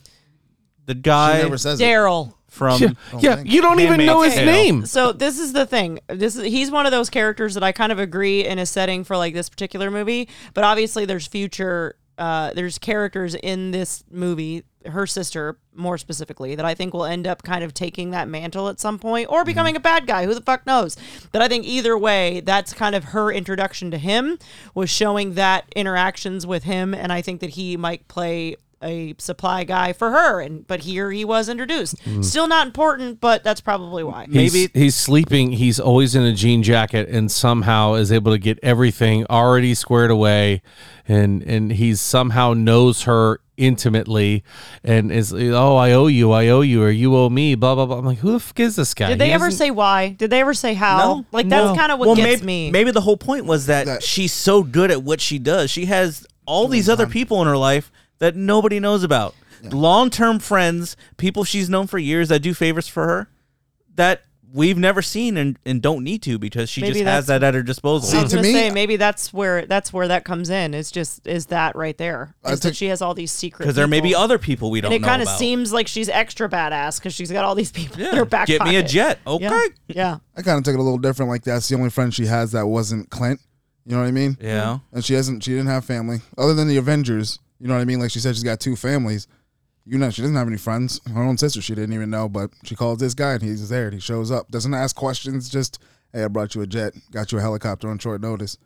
Speaker 3: The
Speaker 1: she
Speaker 3: guy
Speaker 1: never says it.
Speaker 4: Daryl.
Speaker 3: from.
Speaker 2: yeah, yeah, you don't even
Speaker 3: Handmaid's
Speaker 2: know his
Speaker 3: Tale.
Speaker 2: name.
Speaker 4: So this is the thing. This is he's one of those characters that I kind of agree in a setting for like this particular movie, but obviously there's future uh, there's characters in this movie, her sister more specifically, that I think will end up kind of taking that mantle at some point or becoming a bad guy. Who the fuck knows? But I think either way, that's kind of her introduction to him was showing that interactions with him, and I think that he might play a supply guy for her and but here he was introduced still not important but that's probably why
Speaker 2: he's, he's sleeping. He's always in a jean jacket, and somehow is able to get everything already squared away, and and he somehow knows her intimately, and is oh I owe you, I owe you, or you owe me, blah blah blah. I'm like, who the fuck is this guy?
Speaker 4: Did they
Speaker 2: He
Speaker 4: ever
Speaker 2: doesn't-
Speaker 4: say why? Did they ever say how? Like that's kind of what
Speaker 3: well,
Speaker 4: gets
Speaker 3: maybe,
Speaker 4: me.
Speaker 3: Maybe the whole point was that,
Speaker 1: That-
Speaker 3: she's so good at what she does. She has all these other people in her life that nobody knows about. Long term friends, people she's known for years that do favors for her that we've never seen and, and don't need to because she
Speaker 4: Maybe
Speaker 3: just has
Speaker 4: that's-
Speaker 3: that at her
Speaker 1: See,
Speaker 4: I
Speaker 3: disposal.
Speaker 4: was
Speaker 1: to
Speaker 4: gonna
Speaker 1: me-
Speaker 4: say maybe that's where that's where that comes in. It's just is that right there?
Speaker 1: I
Speaker 4: Is that
Speaker 1: think-
Speaker 4: she has all these secret?
Speaker 3: Because there may be
Speaker 4: people.
Speaker 3: other people we don't
Speaker 4: and it
Speaker 3: know
Speaker 4: kind of
Speaker 3: about.
Speaker 4: seems like she's extra badass because she's got all these people in her back.
Speaker 3: Get me a
Speaker 4: pocket.
Speaker 3: jet. Okay.
Speaker 4: Yeah. yeah.
Speaker 1: I kind of took it a little different. Like that's the only friend she has that wasn't Clint. You know what I mean?
Speaker 3: Yeah.
Speaker 1: And she hasn't. She didn't have family other than the Avengers. You know what I mean? Like she said, she's got two families. You know, she doesn't have any friends. Her own sister, she didn't even know, but she calls this guy and he's there. And he shows up. Doesn't ask questions. Just hey, I brought you a jet. Got you a helicopter on short notice.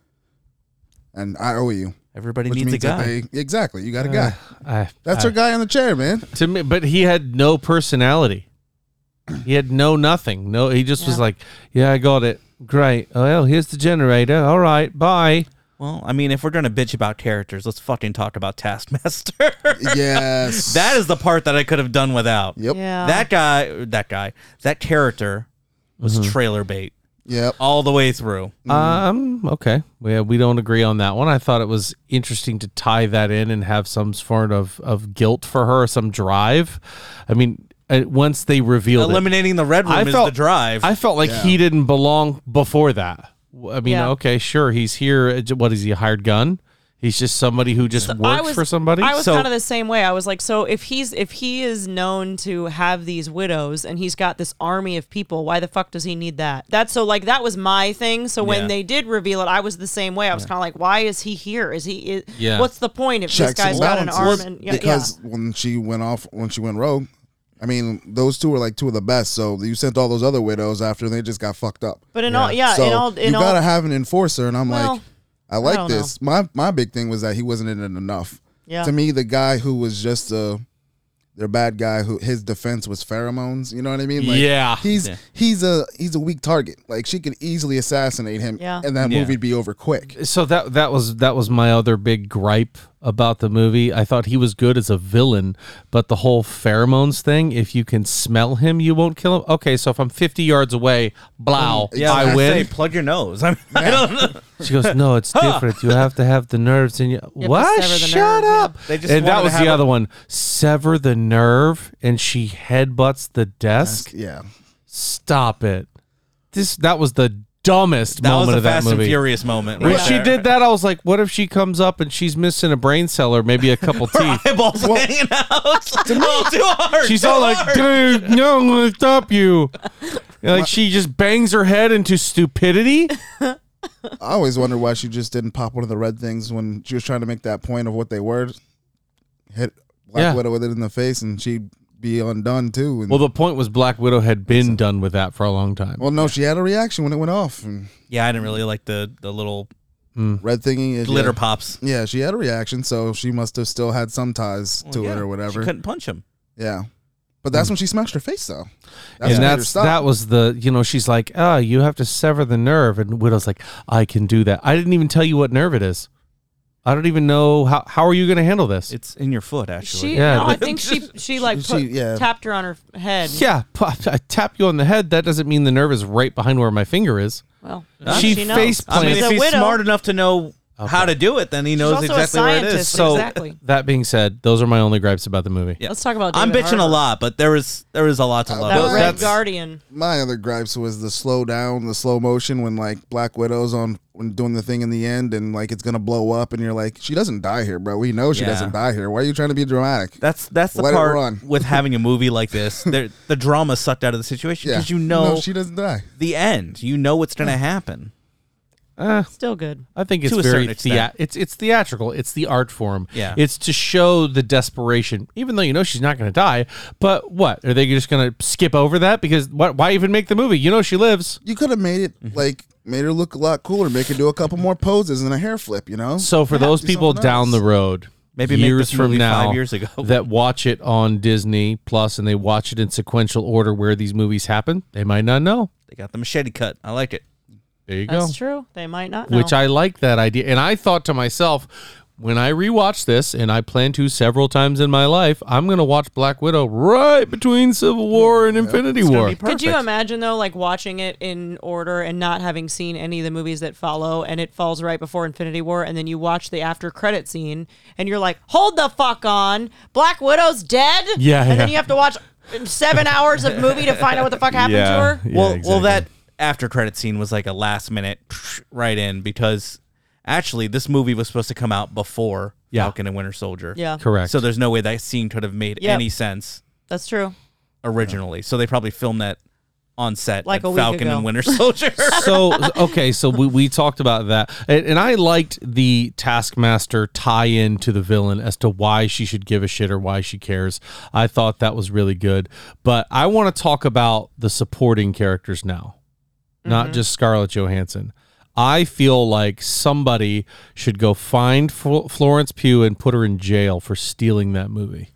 Speaker 1: And I owe you.
Speaker 3: Everybody
Speaker 1: Which
Speaker 3: needs a
Speaker 1: means that
Speaker 3: guy.
Speaker 1: they- exactly. You got a
Speaker 2: Uh,
Speaker 1: guy.
Speaker 2: I-
Speaker 1: That's
Speaker 2: I-
Speaker 1: her guy in the chair, man.
Speaker 2: To me, but he had no personality. He had no nothing. No, he just was like, yeah, I got it. Great. Well, here's the generator. All right, bye.
Speaker 3: Well, I mean, if we're gonna bitch about characters, let's fucking talk about Taskmaster.
Speaker 1: Yes.
Speaker 3: that is the part that I could have done without.
Speaker 1: Yep.
Speaker 4: Yeah.
Speaker 3: Mm-hmm. That guy, that guy, that character was trailer bait.
Speaker 1: Yep.
Speaker 3: all the way through. Mm-hmm.
Speaker 2: Um. Okay. We we don't agree on that one. I thought it was interesting to tie that in and have some sort of of guilt for her, some drive. I mean, uh, once they revealed it,
Speaker 3: Eliminating the red room
Speaker 2: I
Speaker 3: is
Speaker 2: felt-
Speaker 3: the drive.
Speaker 2: I felt like he didn't belong before that. W- I mean,
Speaker 4: Yeah.
Speaker 2: okay, sure, he's here. uh, j- What is he? A hired gun? He's just somebody who just works
Speaker 4: I was,
Speaker 2: for somebody.
Speaker 4: I was
Speaker 3: So-
Speaker 4: kind of the same way. I was like, so if he's if he is known to have these widows and he's got this army of people, why the fuck does he need that? That's so like that was my thing. So when
Speaker 3: Yeah.
Speaker 4: they did reveal it, I was the same way. I was kind of like, why is he here? Is he? Is,
Speaker 2: Yeah.
Speaker 4: What's the point if this
Speaker 1: Checks
Speaker 4: guy's
Speaker 1: and
Speaker 4: got an
Speaker 1: balances.
Speaker 4: arm? And, yeah,
Speaker 1: because when she went off, when she went rogue, I mean, those two were like two of the best. So you sent all those other widows after they just got fucked up.
Speaker 4: yeah. but in all yeah,
Speaker 1: so
Speaker 4: in all in
Speaker 1: you
Speaker 4: all
Speaker 1: gotta have an enforcer, and I'm
Speaker 4: Well,
Speaker 1: like, I like
Speaker 4: don't
Speaker 1: this. My my big thing was that he wasn't in it enough.
Speaker 4: Yeah.
Speaker 1: To me, the guy who was just a their bad guy who his defense was pheromones. You know what I mean?
Speaker 2: Yeah.
Speaker 1: He's he's a he's a weak target. Like she could easily assassinate him.
Speaker 4: Yeah.
Speaker 1: And that
Speaker 2: Yeah.
Speaker 1: movie'd be over quick.
Speaker 2: so that that was that was my other big gripe about the movie. I thought he was good as a villain, but the whole pheromones thing, if you can smell him, you won't kill him. Okay, so if I'm 50 yards away, blow,
Speaker 3: Mm,
Speaker 1: Yeah,
Speaker 2: I
Speaker 1: I
Speaker 2: win.
Speaker 3: Say, plug your nose. I, mean, I don't know.
Speaker 2: She goes, "No, it's different. You have to have the nerves in you."
Speaker 4: have to
Speaker 2: what?
Speaker 4: sever the
Speaker 2: Shut
Speaker 4: nerve,
Speaker 2: up.
Speaker 4: yeah.
Speaker 3: They just
Speaker 2: and that
Speaker 3: wanted to
Speaker 2: was the
Speaker 3: have a-
Speaker 2: other one. Sever the nerve, and she headbutts the desk.
Speaker 1: Yeah.
Speaker 2: Stop it. This that was the dumbest
Speaker 3: That
Speaker 2: moment
Speaker 3: was a
Speaker 2: of that
Speaker 3: Fast and
Speaker 2: movie.
Speaker 3: Furious moment.
Speaker 2: When
Speaker 3: right
Speaker 2: she
Speaker 3: there.
Speaker 2: did that, I was like, "What if she comes up and she's missing a brain cell or maybe a couple teeth?"
Speaker 3: Eyeballs hanging out. oh, too hard.
Speaker 2: She's
Speaker 3: too
Speaker 2: all like,
Speaker 3: hard.
Speaker 2: "Dude, no, I'm gonna stop you." And, Like she just bangs her head into stupidity.
Speaker 1: I always wondered why she just didn't pop one of the red things when she was trying to make that point of what they were. Hit Black
Speaker 2: Yeah.
Speaker 1: Widow with it in the face and she'd be undone too. And,
Speaker 2: Well,
Speaker 1: well,
Speaker 2: the point was Black Widow had been done with that for a long time.
Speaker 1: no, she had a reaction when it went off. And
Speaker 3: yeah, I didn't really like the the little
Speaker 2: Hmm.
Speaker 1: red thingy is
Speaker 3: glitter
Speaker 1: yeah.
Speaker 3: pops.
Speaker 1: Yeah, she had a reaction, so she must have still had some ties to
Speaker 3: Yeah,
Speaker 1: it or
Speaker 3: She
Speaker 1: whatever.
Speaker 3: couldn't punch him.
Speaker 1: Yeah. But that's when she smashed her face though. That's
Speaker 2: Hmm. and
Speaker 1: when
Speaker 2: that's that was the you know she's like ah you have to sever the nerve and widow's like I can do that I didn't even tell you what nerve it is I don't even know how how are you gonna handle this
Speaker 3: It's in your foot, actually.
Speaker 4: She,
Speaker 2: Yeah,
Speaker 4: no, I
Speaker 2: but-
Speaker 4: think she she like
Speaker 1: She-
Speaker 4: put,
Speaker 1: yeah.
Speaker 4: tapped her on her head.
Speaker 2: yeah p- I tap you on the head that doesn't mean the nerve is right behind where my finger is
Speaker 4: Well,
Speaker 2: She
Speaker 4: knows.
Speaker 2: face
Speaker 3: I mean,
Speaker 2: plants.
Speaker 4: She's
Speaker 3: if
Speaker 4: a
Speaker 3: he's
Speaker 4: widow.
Speaker 3: smart enough to know how to do it, then he knows
Speaker 4: also a
Speaker 3: exactly where it is.
Speaker 4: scientist.
Speaker 3: So
Speaker 2: so
Speaker 4: Exactly.
Speaker 2: that being said those are my only gripes about the movie
Speaker 3: Yeah.
Speaker 4: Let's talk about.
Speaker 3: I'm
Speaker 4: David
Speaker 3: bitching a
Speaker 4: Harbour. Oh,
Speaker 3: lot, but there was there was a lot to love.
Speaker 4: That
Speaker 3: Those-
Speaker 4: red
Speaker 3: that's-
Speaker 4: guardian.
Speaker 1: my other gripes was the slow down, the slow motion when like Black Widow's on when doing the thing in the end and like it's gonna blow up and you're like, She doesn't die here, bro. We know she
Speaker 3: Yeah.
Speaker 1: doesn't die here. Why are you trying to be dramatic?
Speaker 3: That's that's the
Speaker 1: Let it
Speaker 3: part
Speaker 1: run.
Speaker 3: with having a movie like this. There, the drama sucked out of the situation because you know
Speaker 1: No, she doesn't die.
Speaker 3: the end. You know what's going to happen.
Speaker 4: Still good.
Speaker 2: I think it's
Speaker 3: To a
Speaker 2: very
Speaker 3: certain extent.
Speaker 2: thea- it's it's theatrical. It's the art form.
Speaker 3: Yeah.
Speaker 2: It's to show the desperation, even though you know she's not going to die. But what are they just going to skip over that? Because why, why even make the movie? You know she lives.
Speaker 1: You could have made
Speaker 2: Mm-hmm.
Speaker 1: it like made her look a lot cooler, make her do a couple more poses and a hair flip, you know?
Speaker 2: So for
Speaker 1: Yeah,
Speaker 2: those
Speaker 1: do
Speaker 2: people
Speaker 1: something
Speaker 2: down the
Speaker 1: else.
Speaker 2: road,
Speaker 3: Maybe make
Speaker 2: years
Speaker 3: this
Speaker 2: from
Speaker 3: movie
Speaker 2: now,
Speaker 3: five years ago.
Speaker 2: that watch it on Disney Plus and they watch it in sequential order where these movies happen, they might not know.
Speaker 3: They got the machete cut. I liked it.
Speaker 2: There you go.
Speaker 4: That's true. They might not know.
Speaker 2: which I like that idea. And I thought to myself, when I rewatch this, and I plan to several times in my life, I'm going to watch Black Widow right between Civil War and Infinity War.
Speaker 4: Could you imagine though, like watching it in order and not having seen any of the movies that follow, and it falls right before Infinity War, and then you watch the after credit scene, and you're like, "Hold the fuck on, Black Widow's dead."
Speaker 2: Yeah,
Speaker 4: and then
Speaker 2: yeah.
Speaker 4: you have to watch seven hours of movie to find out what the fuck happened to her.
Speaker 3: well, well, that after credit scene was like a last minute right in because actually this movie was supposed to come out before
Speaker 2: Yeah.
Speaker 3: Falcon and Winter Soldier.
Speaker 4: Yeah,
Speaker 2: correct.
Speaker 3: So there's no way that scene could have made
Speaker 4: Yep.
Speaker 3: any sense
Speaker 4: that's true.
Speaker 3: originally. So they probably filmed that on set
Speaker 4: Like
Speaker 3: at
Speaker 4: a week
Speaker 3: Falcon
Speaker 4: ago.
Speaker 3: and Winter Soldier.
Speaker 2: so okay, so we, we talked about that, and, and I liked the Taskmaster tie-in to the villain as to why she should give a shit or why she cares. I thought that was really good, but I want to talk about the supporting characters now, not just Scarlett Johansson. I feel like somebody should go find Fl- Florence Pugh and put her in jail for stealing that movie.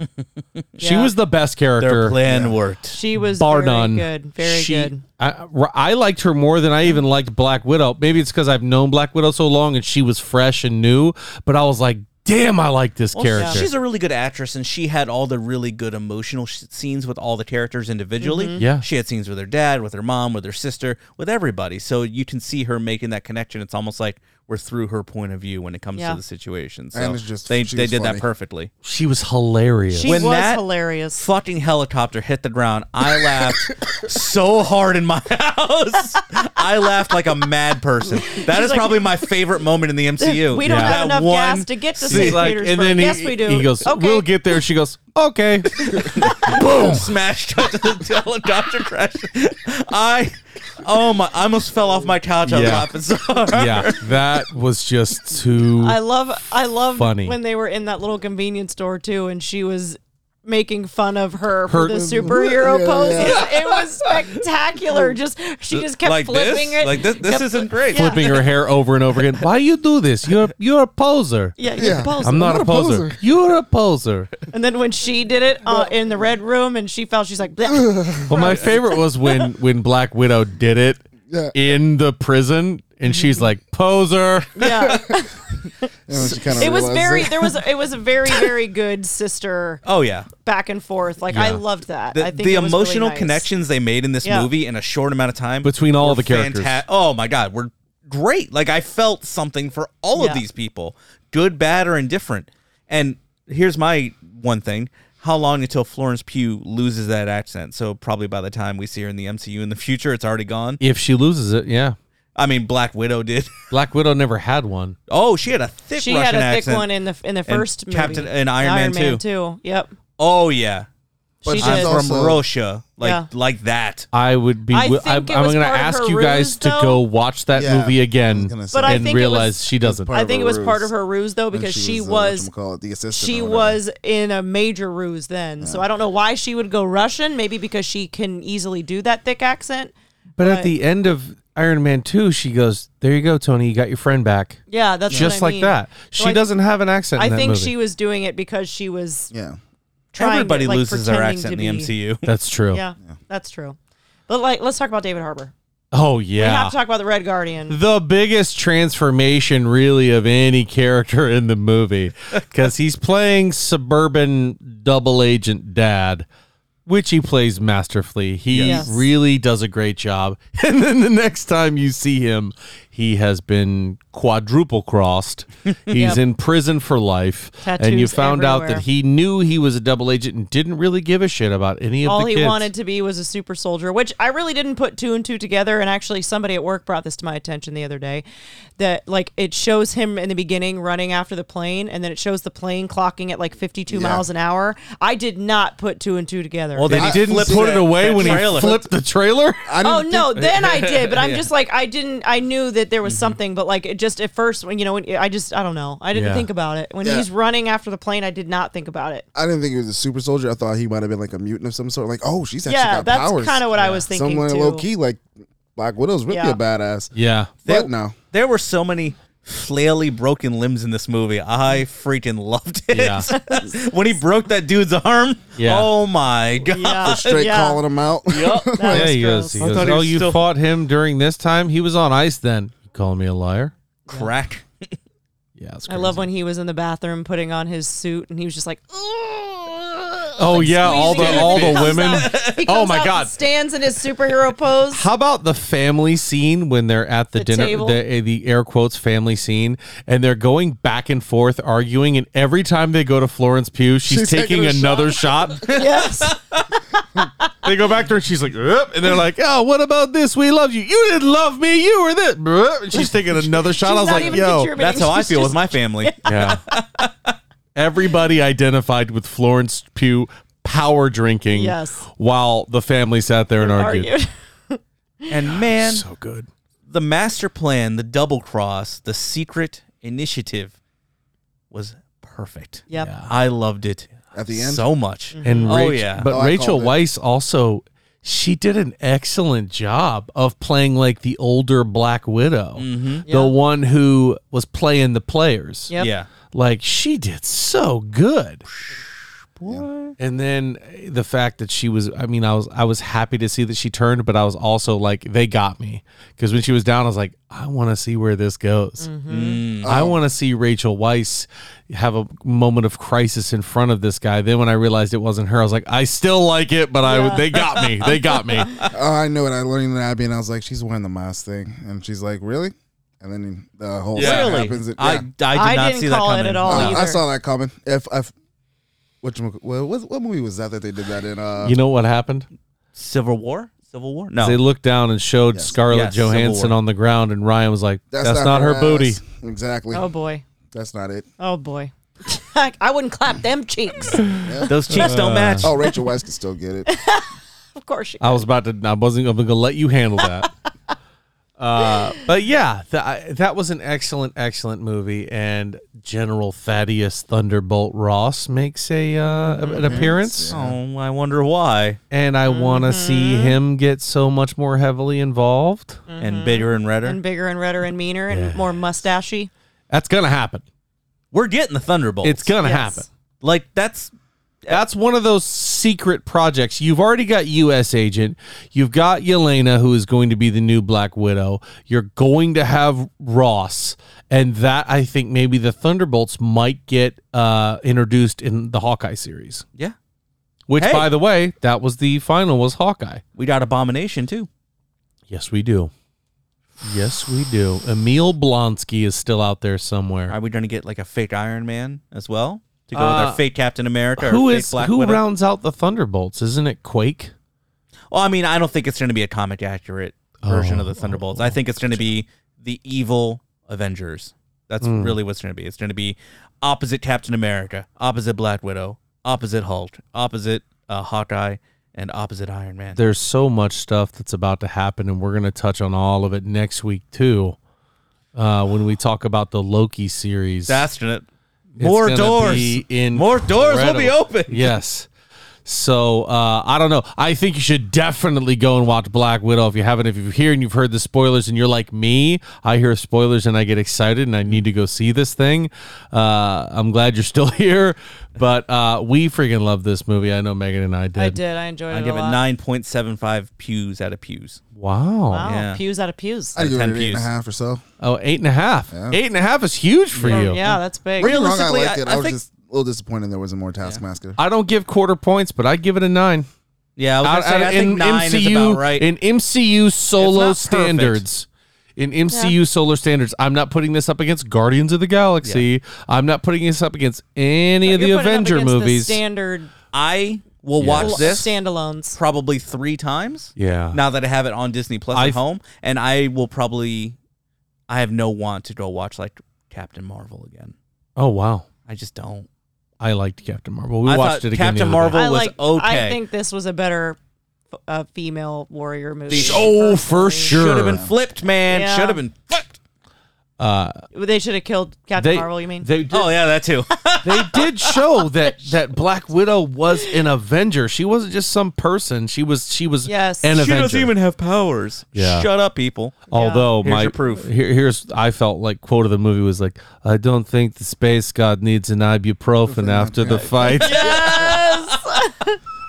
Speaker 2: She
Speaker 4: Yeah.
Speaker 2: was the best character
Speaker 3: Their plan worked.
Speaker 4: She was
Speaker 2: bar
Speaker 4: very
Speaker 2: none.
Speaker 4: good. Very
Speaker 2: She-
Speaker 4: good.
Speaker 2: I, I liked her more than I even liked Black Widow. Maybe it's because I've known Black Widow so long and she was fresh and new. But I was like, damn, I like this
Speaker 3: Well,
Speaker 2: character.
Speaker 3: She's a really good actress, and she had all the really good emotional sh- scenes with all the characters individually.
Speaker 4: Mm-hmm.
Speaker 2: Yeah.
Speaker 3: she had scenes with her dad, with her mom, with her sister, with everybody. So you can see her making that connection. It's almost like we're through her point of view when it comes
Speaker 4: Yeah.
Speaker 3: to the situation. So
Speaker 1: And it's just-
Speaker 3: they
Speaker 1: she
Speaker 3: they
Speaker 1: was
Speaker 3: did that
Speaker 1: funny.
Speaker 3: perfectly.
Speaker 2: she was hilarious.
Speaker 4: She
Speaker 3: When
Speaker 4: was
Speaker 3: that-
Speaker 4: hilarious.
Speaker 3: Fucking helicopter hit the ground. I laughed so hard in my house. I laughed like a mad person. That is
Speaker 4: like-
Speaker 3: probably my favorite moment in the MCU.
Speaker 4: We don't
Speaker 2: Yeah.
Speaker 4: have
Speaker 3: That
Speaker 4: enough
Speaker 3: one
Speaker 4: gas to get to
Speaker 3: scene.
Speaker 4: St.
Speaker 2: She's like,
Speaker 4: Petersburg.
Speaker 2: and then he,
Speaker 4: yes, we do.
Speaker 2: he goes,
Speaker 4: okay.
Speaker 2: "We'll get there." She goes, "Okay."
Speaker 3: boom, smashed into the helicopter crash. I, oh my, I almost fell off my couch on
Speaker 2: Yeah.
Speaker 3: that episode.
Speaker 2: yeah, that was just too.
Speaker 4: I love I love
Speaker 2: Funny.
Speaker 4: when they were in that little convenience store too, and she was making fun of
Speaker 2: Her-
Speaker 4: her, for the superhero
Speaker 1: Yeah,
Speaker 4: poses.
Speaker 1: yeah.
Speaker 4: It was spectacular. Just she just kept
Speaker 3: like
Speaker 4: flipping
Speaker 3: this,
Speaker 4: it.
Speaker 3: like this. This
Speaker 4: kept-
Speaker 3: isn't great.
Speaker 2: flipping her hair over and over again. Why you do this? You're you're a poser.
Speaker 4: Yeah, you
Speaker 1: Yeah.
Speaker 4: pose
Speaker 2: I'm
Speaker 4: it.
Speaker 2: not, a poser. You're a poser.
Speaker 4: And then when she did it uh, in the red room, and she fell, she's like, "Bleh."
Speaker 2: Well, my favorite was when when Black Widow did it
Speaker 1: Yeah.
Speaker 2: in the prison, and she's
Speaker 4: Mm-hmm.
Speaker 2: like poser.
Speaker 4: yeah.
Speaker 1: And when she kinda
Speaker 4: It was
Speaker 1: realized
Speaker 4: very.
Speaker 1: it.
Speaker 4: There was. It was a very very good sister
Speaker 3: Oh yeah,
Speaker 4: back and forth. Like I loved that. I
Speaker 3: the,
Speaker 4: think
Speaker 3: the
Speaker 4: it was really
Speaker 3: emotional
Speaker 4: nice.
Speaker 3: connections they made in this
Speaker 4: Yeah.
Speaker 3: movie in a short amount of time
Speaker 2: Between all
Speaker 3: were
Speaker 2: the characters.
Speaker 3: fanta- oh my god, were great. Like I felt something for all of
Speaker 4: Yeah.
Speaker 3: these people, good, bad, or indifferent. And here's my one thing. How long until Florence Pugh loses that accent? So probably by the time we see her in the MCU in the future, it's already gone.
Speaker 2: If she loses it, yeah.
Speaker 3: I mean, Black Widow did.
Speaker 2: Black Widow never had one.
Speaker 3: Oh, she had a thick
Speaker 4: She
Speaker 3: Russian
Speaker 4: had a thick
Speaker 3: accent.
Speaker 4: one in the in the first movie.
Speaker 3: Captain- and Iron Man
Speaker 4: Man
Speaker 3: 2.
Speaker 4: too. Yep.
Speaker 3: oh yeah,
Speaker 1: But
Speaker 4: she
Speaker 1: she's
Speaker 4: did.
Speaker 3: I'm from
Speaker 1: also-
Speaker 3: Russia, like
Speaker 4: Yeah.
Speaker 3: like that.
Speaker 2: I would be.
Speaker 4: I
Speaker 2: wi-
Speaker 4: think
Speaker 2: I,
Speaker 4: it
Speaker 2: am
Speaker 4: was
Speaker 2: going to
Speaker 4: part of
Speaker 2: ask
Speaker 4: her
Speaker 2: you guys
Speaker 4: ruse,
Speaker 2: to
Speaker 4: though.
Speaker 2: go watch that
Speaker 1: Yeah,
Speaker 2: movie
Speaker 1: I
Speaker 2: again
Speaker 1: was gonna say.
Speaker 4: But I
Speaker 2: and
Speaker 4: think it
Speaker 2: realize
Speaker 4: was-
Speaker 2: she doesn't.
Speaker 1: Part
Speaker 4: I
Speaker 1: of
Speaker 4: think
Speaker 1: her
Speaker 4: it was part of
Speaker 1: ruse.
Speaker 4: her ruse though,
Speaker 1: And
Speaker 4: because she
Speaker 1: uh,
Speaker 4: was
Speaker 1: whatchamacallit, the assistant or
Speaker 4: she
Speaker 1: whatever.
Speaker 4: was in a major ruse then. So I don't know why she would go Russian. Maybe because she can easily do that thick accent.
Speaker 2: But at the end of Iron Man 2, she goes, There you go, Tony. You got your friend back.
Speaker 4: Yeah, that's
Speaker 2: Just
Speaker 4: what I
Speaker 2: like
Speaker 4: mean.
Speaker 2: that.
Speaker 4: So
Speaker 2: She
Speaker 4: I th-
Speaker 2: doesn't have an accent.
Speaker 4: I
Speaker 2: in that
Speaker 4: think
Speaker 2: movie.
Speaker 4: she was doing it because she was
Speaker 1: Yeah.
Speaker 4: trying.
Speaker 3: Everybody
Speaker 4: to, like,
Speaker 3: loses their
Speaker 4: pretending
Speaker 3: accent in
Speaker 4: to
Speaker 3: the
Speaker 4: be-
Speaker 3: MCU.
Speaker 2: That's true.
Speaker 4: Yeah, that's true. But like, let's talk about David Harbor.
Speaker 2: Oh,
Speaker 4: We
Speaker 2: yeah.
Speaker 4: have to talk about the Red Guardian.
Speaker 2: the biggest transformation, really, of any character in the movie because he's playing suburban double agent dad. Which he plays masterfully. He
Speaker 4: Yes.
Speaker 2: really does a great job. And then the next time you see him, he has been quadruple crossed. He's
Speaker 4: Yep.
Speaker 2: in prison for life. and you
Speaker 4: Tattoos
Speaker 2: found out
Speaker 4: everywhere.
Speaker 2: that he knew he was a double agent and didn't really give a shit about any of
Speaker 4: All
Speaker 2: the
Speaker 4: he
Speaker 2: kids.
Speaker 4: wanted to be was a super soldier, which I really didn't put two and two together. And actually, somebody at work brought this to my attention the other day that like it shows him in the beginning running after the plane, and then it shows the plane clocking at like 52 miles an hour. I did not put two and two together.
Speaker 3: Well,
Speaker 2: and
Speaker 3: I
Speaker 2: he didn't
Speaker 3: flipped
Speaker 2: put
Speaker 3: that-
Speaker 2: it away
Speaker 3: that
Speaker 2: when
Speaker 3: trailer.
Speaker 2: he flipped the trailer.
Speaker 1: I didn't
Speaker 4: Oh
Speaker 1: think-
Speaker 4: no! Then I did, but I'm just like I didn't. I knew that
Speaker 1: Mm-hmm.
Speaker 4: there was something, but like it just at first, when you know, when, I just I don't know. I didn't
Speaker 2: Yeah.
Speaker 4: think about it when
Speaker 1: Yeah.
Speaker 4: he's running after the plane. I did not think about it.
Speaker 1: I didn't think he was a super soldier. I thought he might have been like a mutant of some sort. Like, oh, she's actually
Speaker 4: yeah,
Speaker 1: got
Speaker 4: that's
Speaker 1: powers.
Speaker 4: kind of what I was thinking
Speaker 1: Someone
Speaker 4: too.
Speaker 1: low key like Black Widow's really
Speaker 4: Yeah.
Speaker 1: a badass.
Speaker 2: Yeah.
Speaker 1: But no,
Speaker 3: There were so many flaily broken limbs in this movie. I freaking loved it.
Speaker 2: Yeah.
Speaker 3: when he broke that dude's arm,
Speaker 2: Yeah.
Speaker 3: oh my god.
Speaker 4: Yeah,
Speaker 1: straight
Speaker 4: yeah.
Speaker 1: calling him out.
Speaker 4: That
Speaker 2: yeah,
Speaker 4: was
Speaker 2: he
Speaker 4: gross.
Speaker 2: goes, he
Speaker 3: I
Speaker 2: goes,
Speaker 3: thought he
Speaker 2: Oh,
Speaker 3: was
Speaker 2: you
Speaker 3: still-
Speaker 2: fought him during this time? He was on ice then. You calling me a liar?
Speaker 3: Crack.
Speaker 2: Yeah. That's
Speaker 4: I love when he was in the bathroom putting on his suit, and he was just like, "Oh
Speaker 2: Oh, yeah. All the, all the women.
Speaker 4: oh my god! stands in his superhero pose.
Speaker 2: How about the family scene when they're at the,
Speaker 4: The
Speaker 2: dinner,
Speaker 4: table?
Speaker 2: the, uh, the air quotes family scene, and they're going back and forth arguing, and every time they go to Florence Pugh, she's,
Speaker 1: She's taking
Speaker 2: taking,
Speaker 1: a
Speaker 2: another shot.
Speaker 4: yes,
Speaker 2: they go back to her, and she's like, "Yep," and they're like, "Oh, what about this? We love you. You didn't love me. You were this." Yep, And she's taking another shot.
Speaker 4: She's
Speaker 2: I was
Speaker 4: not
Speaker 2: like,
Speaker 4: even
Speaker 2: "Yo,
Speaker 4: contributing.
Speaker 3: That's how I
Speaker 4: She's
Speaker 3: feel with
Speaker 4: just-
Speaker 3: my family.
Speaker 2: yeah." Everybody identified with Florence Pugh power drinking.
Speaker 4: Yes.
Speaker 2: While the family sat there and argued.
Speaker 4: argued.
Speaker 3: And man,
Speaker 2: So good.
Speaker 3: the master plan, the double cross, the secret initiative was perfect.
Speaker 4: Yep. Mm-hmm.
Speaker 3: I loved it
Speaker 1: At the end?
Speaker 3: so much.
Speaker 2: And
Speaker 3: oh
Speaker 2: Rach-
Speaker 3: yeah.
Speaker 2: but
Speaker 1: Oh, I
Speaker 2: Rachel
Speaker 1: called it.
Speaker 2: Weisz also she did an excellent job of playing like the older Black Widow, the
Speaker 1: Mm-hmm.
Speaker 4: Yeah.
Speaker 2: one who was playing the players.
Speaker 4: Yep.
Speaker 3: Yeah.
Speaker 2: Like she did so good.
Speaker 3: What?
Speaker 2: And then eh, the fact that she was I mean I was I was happy to see that she turned but I was also like they got me cuz when she was down I was like I want to see where this goes.
Speaker 3: Mm.
Speaker 2: I want to see Rachel Weiss have a moment of crisis in front of this guy. Then when I realized it wasn't her I was like I still like it but I they got me. They got me.
Speaker 1: Oh, I know it. I learned in Abby, and I was like, she's wearing the mask thing, and she's like, really? And then the whole
Speaker 3: Yeah.
Speaker 1: thing
Speaker 3: Really?
Speaker 1: happens. Yeah.
Speaker 3: I, I did
Speaker 4: I
Speaker 3: not
Speaker 4: didn't
Speaker 3: see that
Speaker 4: call it
Speaker 3: coming
Speaker 4: at all.
Speaker 1: Uh, I
Speaker 4: either.
Speaker 1: saw that coming. If if which what, what what movie was that that they did that in? Uh,
Speaker 2: You know what happened?
Speaker 3: Civil War? Civil War? No.
Speaker 2: They looked down and showed Scarlett
Speaker 3: Yes, Civil
Speaker 2: Johansson
Speaker 3: War.
Speaker 2: on the ground and Ryan was like that's, not, her
Speaker 1: ass."
Speaker 2: booty.
Speaker 1: Exactly.
Speaker 4: Oh boy.
Speaker 1: That's not it.
Speaker 4: Oh boy. I wouldn't clap them cheeks.
Speaker 3: Those cheeks
Speaker 2: Uh,
Speaker 3: don't match.
Speaker 1: Oh, Rachel Weisz could still get it.
Speaker 4: Of course you.
Speaker 2: I was about to. I wasn't going to let you handle that. uh, but yeah, th- I, that was an excellent, excellent movie. And General Thaddeus Thunderbolt Ross makes a uh, an appearance,
Speaker 3: Oh, I wonder why.
Speaker 2: and I want to see him get so much more heavily involved.
Speaker 3: And bigger and redder.
Speaker 4: Mm-hmm. And bigger and redder and meaner and
Speaker 2: Yeah.
Speaker 4: more mustachy.
Speaker 2: That's gonna happen.
Speaker 3: We're getting the Thunderbolts.
Speaker 2: It's gonna
Speaker 4: Yes.
Speaker 2: happen.
Speaker 3: like that's
Speaker 2: That's one of those secret projects. You've already got U.S. Agent. You've got Yelena, who is going to be the new Black Widow. You're going to have Ross, and that I think maybe the Thunderbolts might get uh, introduced in the Hawkeye series.
Speaker 3: yeah.
Speaker 2: Which,
Speaker 3: Hey.
Speaker 2: by the way, that was the final was Hawkeye.
Speaker 3: We got Abomination too.
Speaker 2: Yes, we do. Yes, we do. Emil Blonsky is still out there somewhere.
Speaker 3: Are we going to get like a fake Iron Man as well to go with
Speaker 2: Uh,
Speaker 3: our fake Captain America?
Speaker 2: Who
Speaker 3: or fake
Speaker 2: is
Speaker 3: Black
Speaker 2: who
Speaker 3: Widow?
Speaker 2: rounds out the Thunderbolts? Isn't it Quake?
Speaker 3: Well, I mean, I don't think it's going to be a comic accurate version
Speaker 2: Oh,
Speaker 3: of the Thunderbolts. I think it's going to be the evil Avengers. That's
Speaker 2: Hmm.
Speaker 3: really what's going to be. It's going to be opposite Captain America, opposite Black Widow, opposite Hulk, opposite uh, Hawkeye, and opposite Iron Man.
Speaker 2: There's so much stuff that's about to happen, and we're going to touch on all of it next week too. Uh, when we talk about the Loki series,
Speaker 3: That's gonna
Speaker 2: It's
Speaker 3: more
Speaker 2: gonna
Speaker 3: doors.
Speaker 2: be incredible.
Speaker 3: more doors will be open.
Speaker 2: Yes. So uh, I don't know. I think you should definitely go and watch Black Widow if you haven't. If you're here and you've heard the spoilers and you're like me, I hear spoilers and I get excited and I need to go see this thing. Uh, I'm glad you're still here, but uh, we freaking love this movie. I know Megan and I did.
Speaker 4: I did. I enjoyed
Speaker 3: I
Speaker 4: it.
Speaker 3: give
Speaker 4: a
Speaker 3: it
Speaker 4: lot.
Speaker 3: nine point seven five pews out of pews.
Speaker 2: Wow.
Speaker 4: Wow.
Speaker 3: Yeah.
Speaker 4: Pews out of pews.
Speaker 1: I give it
Speaker 3: 10
Speaker 1: an eight and a
Speaker 3: views.
Speaker 1: half or so.
Speaker 2: Oh, eight and a half. Eight and a half is huge for you.
Speaker 4: Yeah, that's big.
Speaker 1: Don't get me wrong,
Speaker 3: Realistically,
Speaker 1: I liked
Speaker 3: I-
Speaker 1: it.
Speaker 3: I
Speaker 1: I, was
Speaker 3: think-
Speaker 1: just a little disappointed there wasn't more Taskmaster.
Speaker 2: I don't give quarter points, but I give it a nine.
Speaker 3: Yeah, I, was
Speaker 2: Out-
Speaker 3: gonna say,
Speaker 2: out-
Speaker 3: I think nine is about right.
Speaker 2: In MCU solo
Speaker 3: not perfect.
Speaker 2: standards. In MCU solo standards, I'm not putting this up against Guardians of the Galaxy. I'm not putting this up against any
Speaker 4: You're
Speaker 2: of the
Speaker 4: putting up
Speaker 2: Avenger
Speaker 4: against the
Speaker 2: movies.
Speaker 4: standard
Speaker 3: I will watch this
Speaker 4: standalones.
Speaker 3: probably three times.
Speaker 2: yeah.
Speaker 3: Now that I have it on Disney Plus
Speaker 2: I've-
Speaker 3: at home, and I will probably, I have no want to go watch like Captain Marvel again.
Speaker 2: oh wow.
Speaker 3: I just don't.
Speaker 2: I liked Captain Marvel. We
Speaker 3: I
Speaker 2: watched
Speaker 3: thought
Speaker 2: it again. the
Speaker 3: Captain
Speaker 2: other day.
Speaker 3: Marvel-
Speaker 4: I
Speaker 3: was
Speaker 4: like.
Speaker 3: okay.
Speaker 4: I think this was a better f- uh, female warrior movie.
Speaker 2: Oh, for sure.
Speaker 3: Should have been flipped, man.
Speaker 4: Yeah.
Speaker 3: Should have been flipped.
Speaker 4: They should have killed Captain
Speaker 2: They-
Speaker 4: Marvel. You mean?
Speaker 2: They did,
Speaker 3: Oh yeah, that too.
Speaker 2: they did show that that Black Widow was an Avenger. She wasn't just some person. She was she was
Speaker 4: Yes.
Speaker 2: an
Speaker 4: She
Speaker 2: Avenger.
Speaker 3: have powers.
Speaker 2: Yeah.
Speaker 3: Shut up, people.
Speaker 2: Although
Speaker 3: Here's
Speaker 2: my
Speaker 3: your proof.
Speaker 2: here- here's I felt like quote of the movie was like, I don't think the space god needs an ibuprofen after the fight.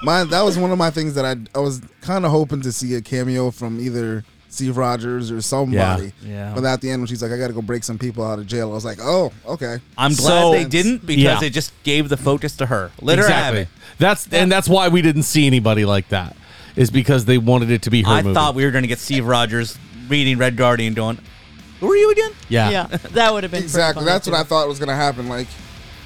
Speaker 1: My that was one of my things that I I was kind of hoping to see a cameo from either Steve Rogers or somebody.
Speaker 3: Yeah. Yeah.
Speaker 1: But at the end when she's like, I got to go break some people out of jail, I was like, oh, okay.
Speaker 3: I'm glad
Speaker 2: So-
Speaker 3: they didn't because
Speaker 2: Yeah.
Speaker 3: they just gave the focus to her. Let her have it.
Speaker 2: That's and that's why we didn't see anybody like that. Is because they wanted it to be her
Speaker 3: I
Speaker 2: movie.
Speaker 3: thought we were going to get Steve Rogers meeting Red Guardian going, who are you again?
Speaker 2: yeah.
Speaker 4: yeah, that would have been
Speaker 1: Exactly. That's what I thought was gonna happen. Like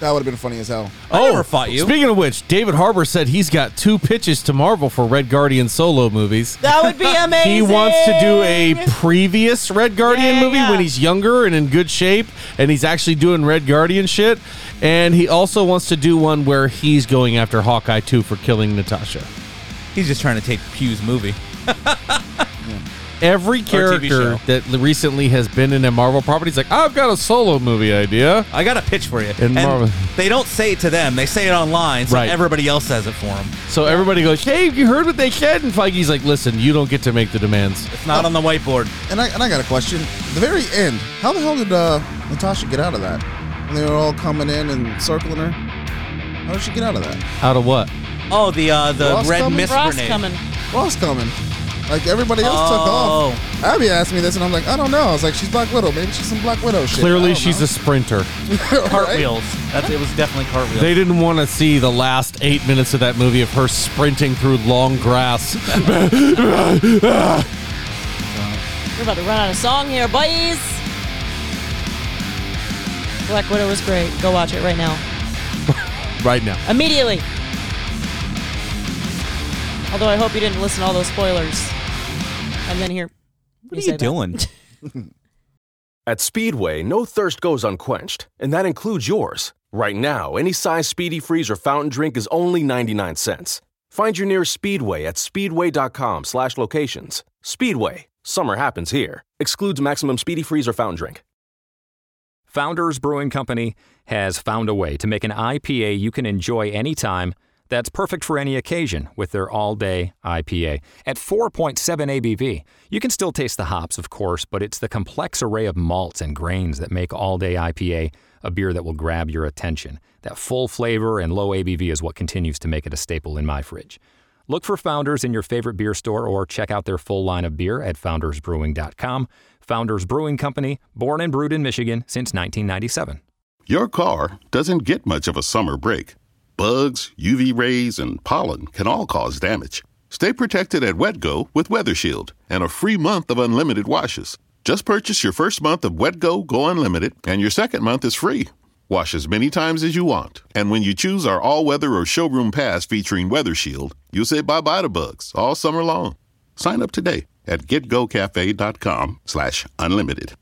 Speaker 1: that would have been funny as hell.
Speaker 2: Oh,
Speaker 3: I never fought you.
Speaker 2: Speaking of which, David Harbour said he's got two pitches to Marvel for Red Guardian solo movies.
Speaker 4: That would be amazing.
Speaker 2: He wants to do a previous Red Guardian
Speaker 4: Yeah,
Speaker 2: movie
Speaker 4: yeah.
Speaker 2: when he's younger and in good shape, and he's actually doing Red Guardian shit. And he also wants to do one where he's going after Hawkeye too for killing Natasha.
Speaker 3: He's just trying to take Pugh's movie.
Speaker 2: Every character
Speaker 3: show.
Speaker 2: that l- recently has been in a Marvel property is like, I've got a solo movie idea.
Speaker 3: I got a pitch for you.
Speaker 2: And Marvel-
Speaker 3: they don't say it to them. They say it online, so
Speaker 2: Right.
Speaker 3: everybody else says it for them.
Speaker 2: So everybody goes, Hey, have you heard what they said? And Feige's like, Listen, you don't get to make the demands.
Speaker 3: It's not on the whiteboard.
Speaker 1: And I and I got a question. The very end. How the hell did uh, Natasha get out of that? And they were all coming in and circling her. How did she get out of that?
Speaker 8: Out of what?
Speaker 3: Oh, the uh, the
Speaker 1: Ross
Speaker 3: red
Speaker 1: coming?
Speaker 3: mist
Speaker 4: Ross
Speaker 3: grenade.
Speaker 4: coming.
Speaker 1: Ross coming. Like everybody else took off. Abby asked me this, and I'm like, I don't know. I was like, she's Black Widow. Maybe she's some Black Widow shit.
Speaker 8: Clearly, she's a sprinter.
Speaker 1: a
Speaker 3: Cartwheels. That's it. Was definitely cartwheels.
Speaker 8: They didn't want to see the last eight minutes of that movie of her sprinting through long grass.
Speaker 4: We're about to run out of song here, boys. Black Widow was great. Go watch it right now.
Speaker 8: right now.
Speaker 4: Immediately. Although I hope you didn't listen to all those spoilers. And then here.
Speaker 3: what are
Speaker 4: say
Speaker 3: you
Speaker 4: that.
Speaker 3: doing?
Speaker 2: At Speedway, no thirst goes unquenched, and that includes yours. Right now, any size Speedy Freeze or fountain drink is only 99 cents. Find your nearest Speedway at speedway.com slash locations. Speedway. Summer happens here. Excludes maximum Speedy Freeze or fountain drink.
Speaker 9: Founders Brewing Company has found a way to make an IPA you can enjoy anytime that's perfect for any occasion with their all day IPA. At 4.7 ABV, you can still taste the hops, of course, but it's the complex array of malts and grains that make all day IPA a beer that will grab your attention. That full flavor and low ABV is what continues to make it a staple in my fridge. Look for Founders in your favorite beer store or check out their full line of beer at foundersbrewing.com. Founders Brewing Company, born and brewed in Michigan since 1997.
Speaker 10: Your car doesn't get much of a summer break. Bugs, UV rays, and pollen can all cause damage. Stay protected at WetGo with Weather Shield and a free month of unlimited washes. Just purchase your first month of WetGo Go Unlimited, and your second month is free. Wash as many times as you want. And when you choose our all weather or showroom pass featuring Weather Shield, you say bye bye to bugs all summer long. Sign up today at getgocafe.com slash unlimited.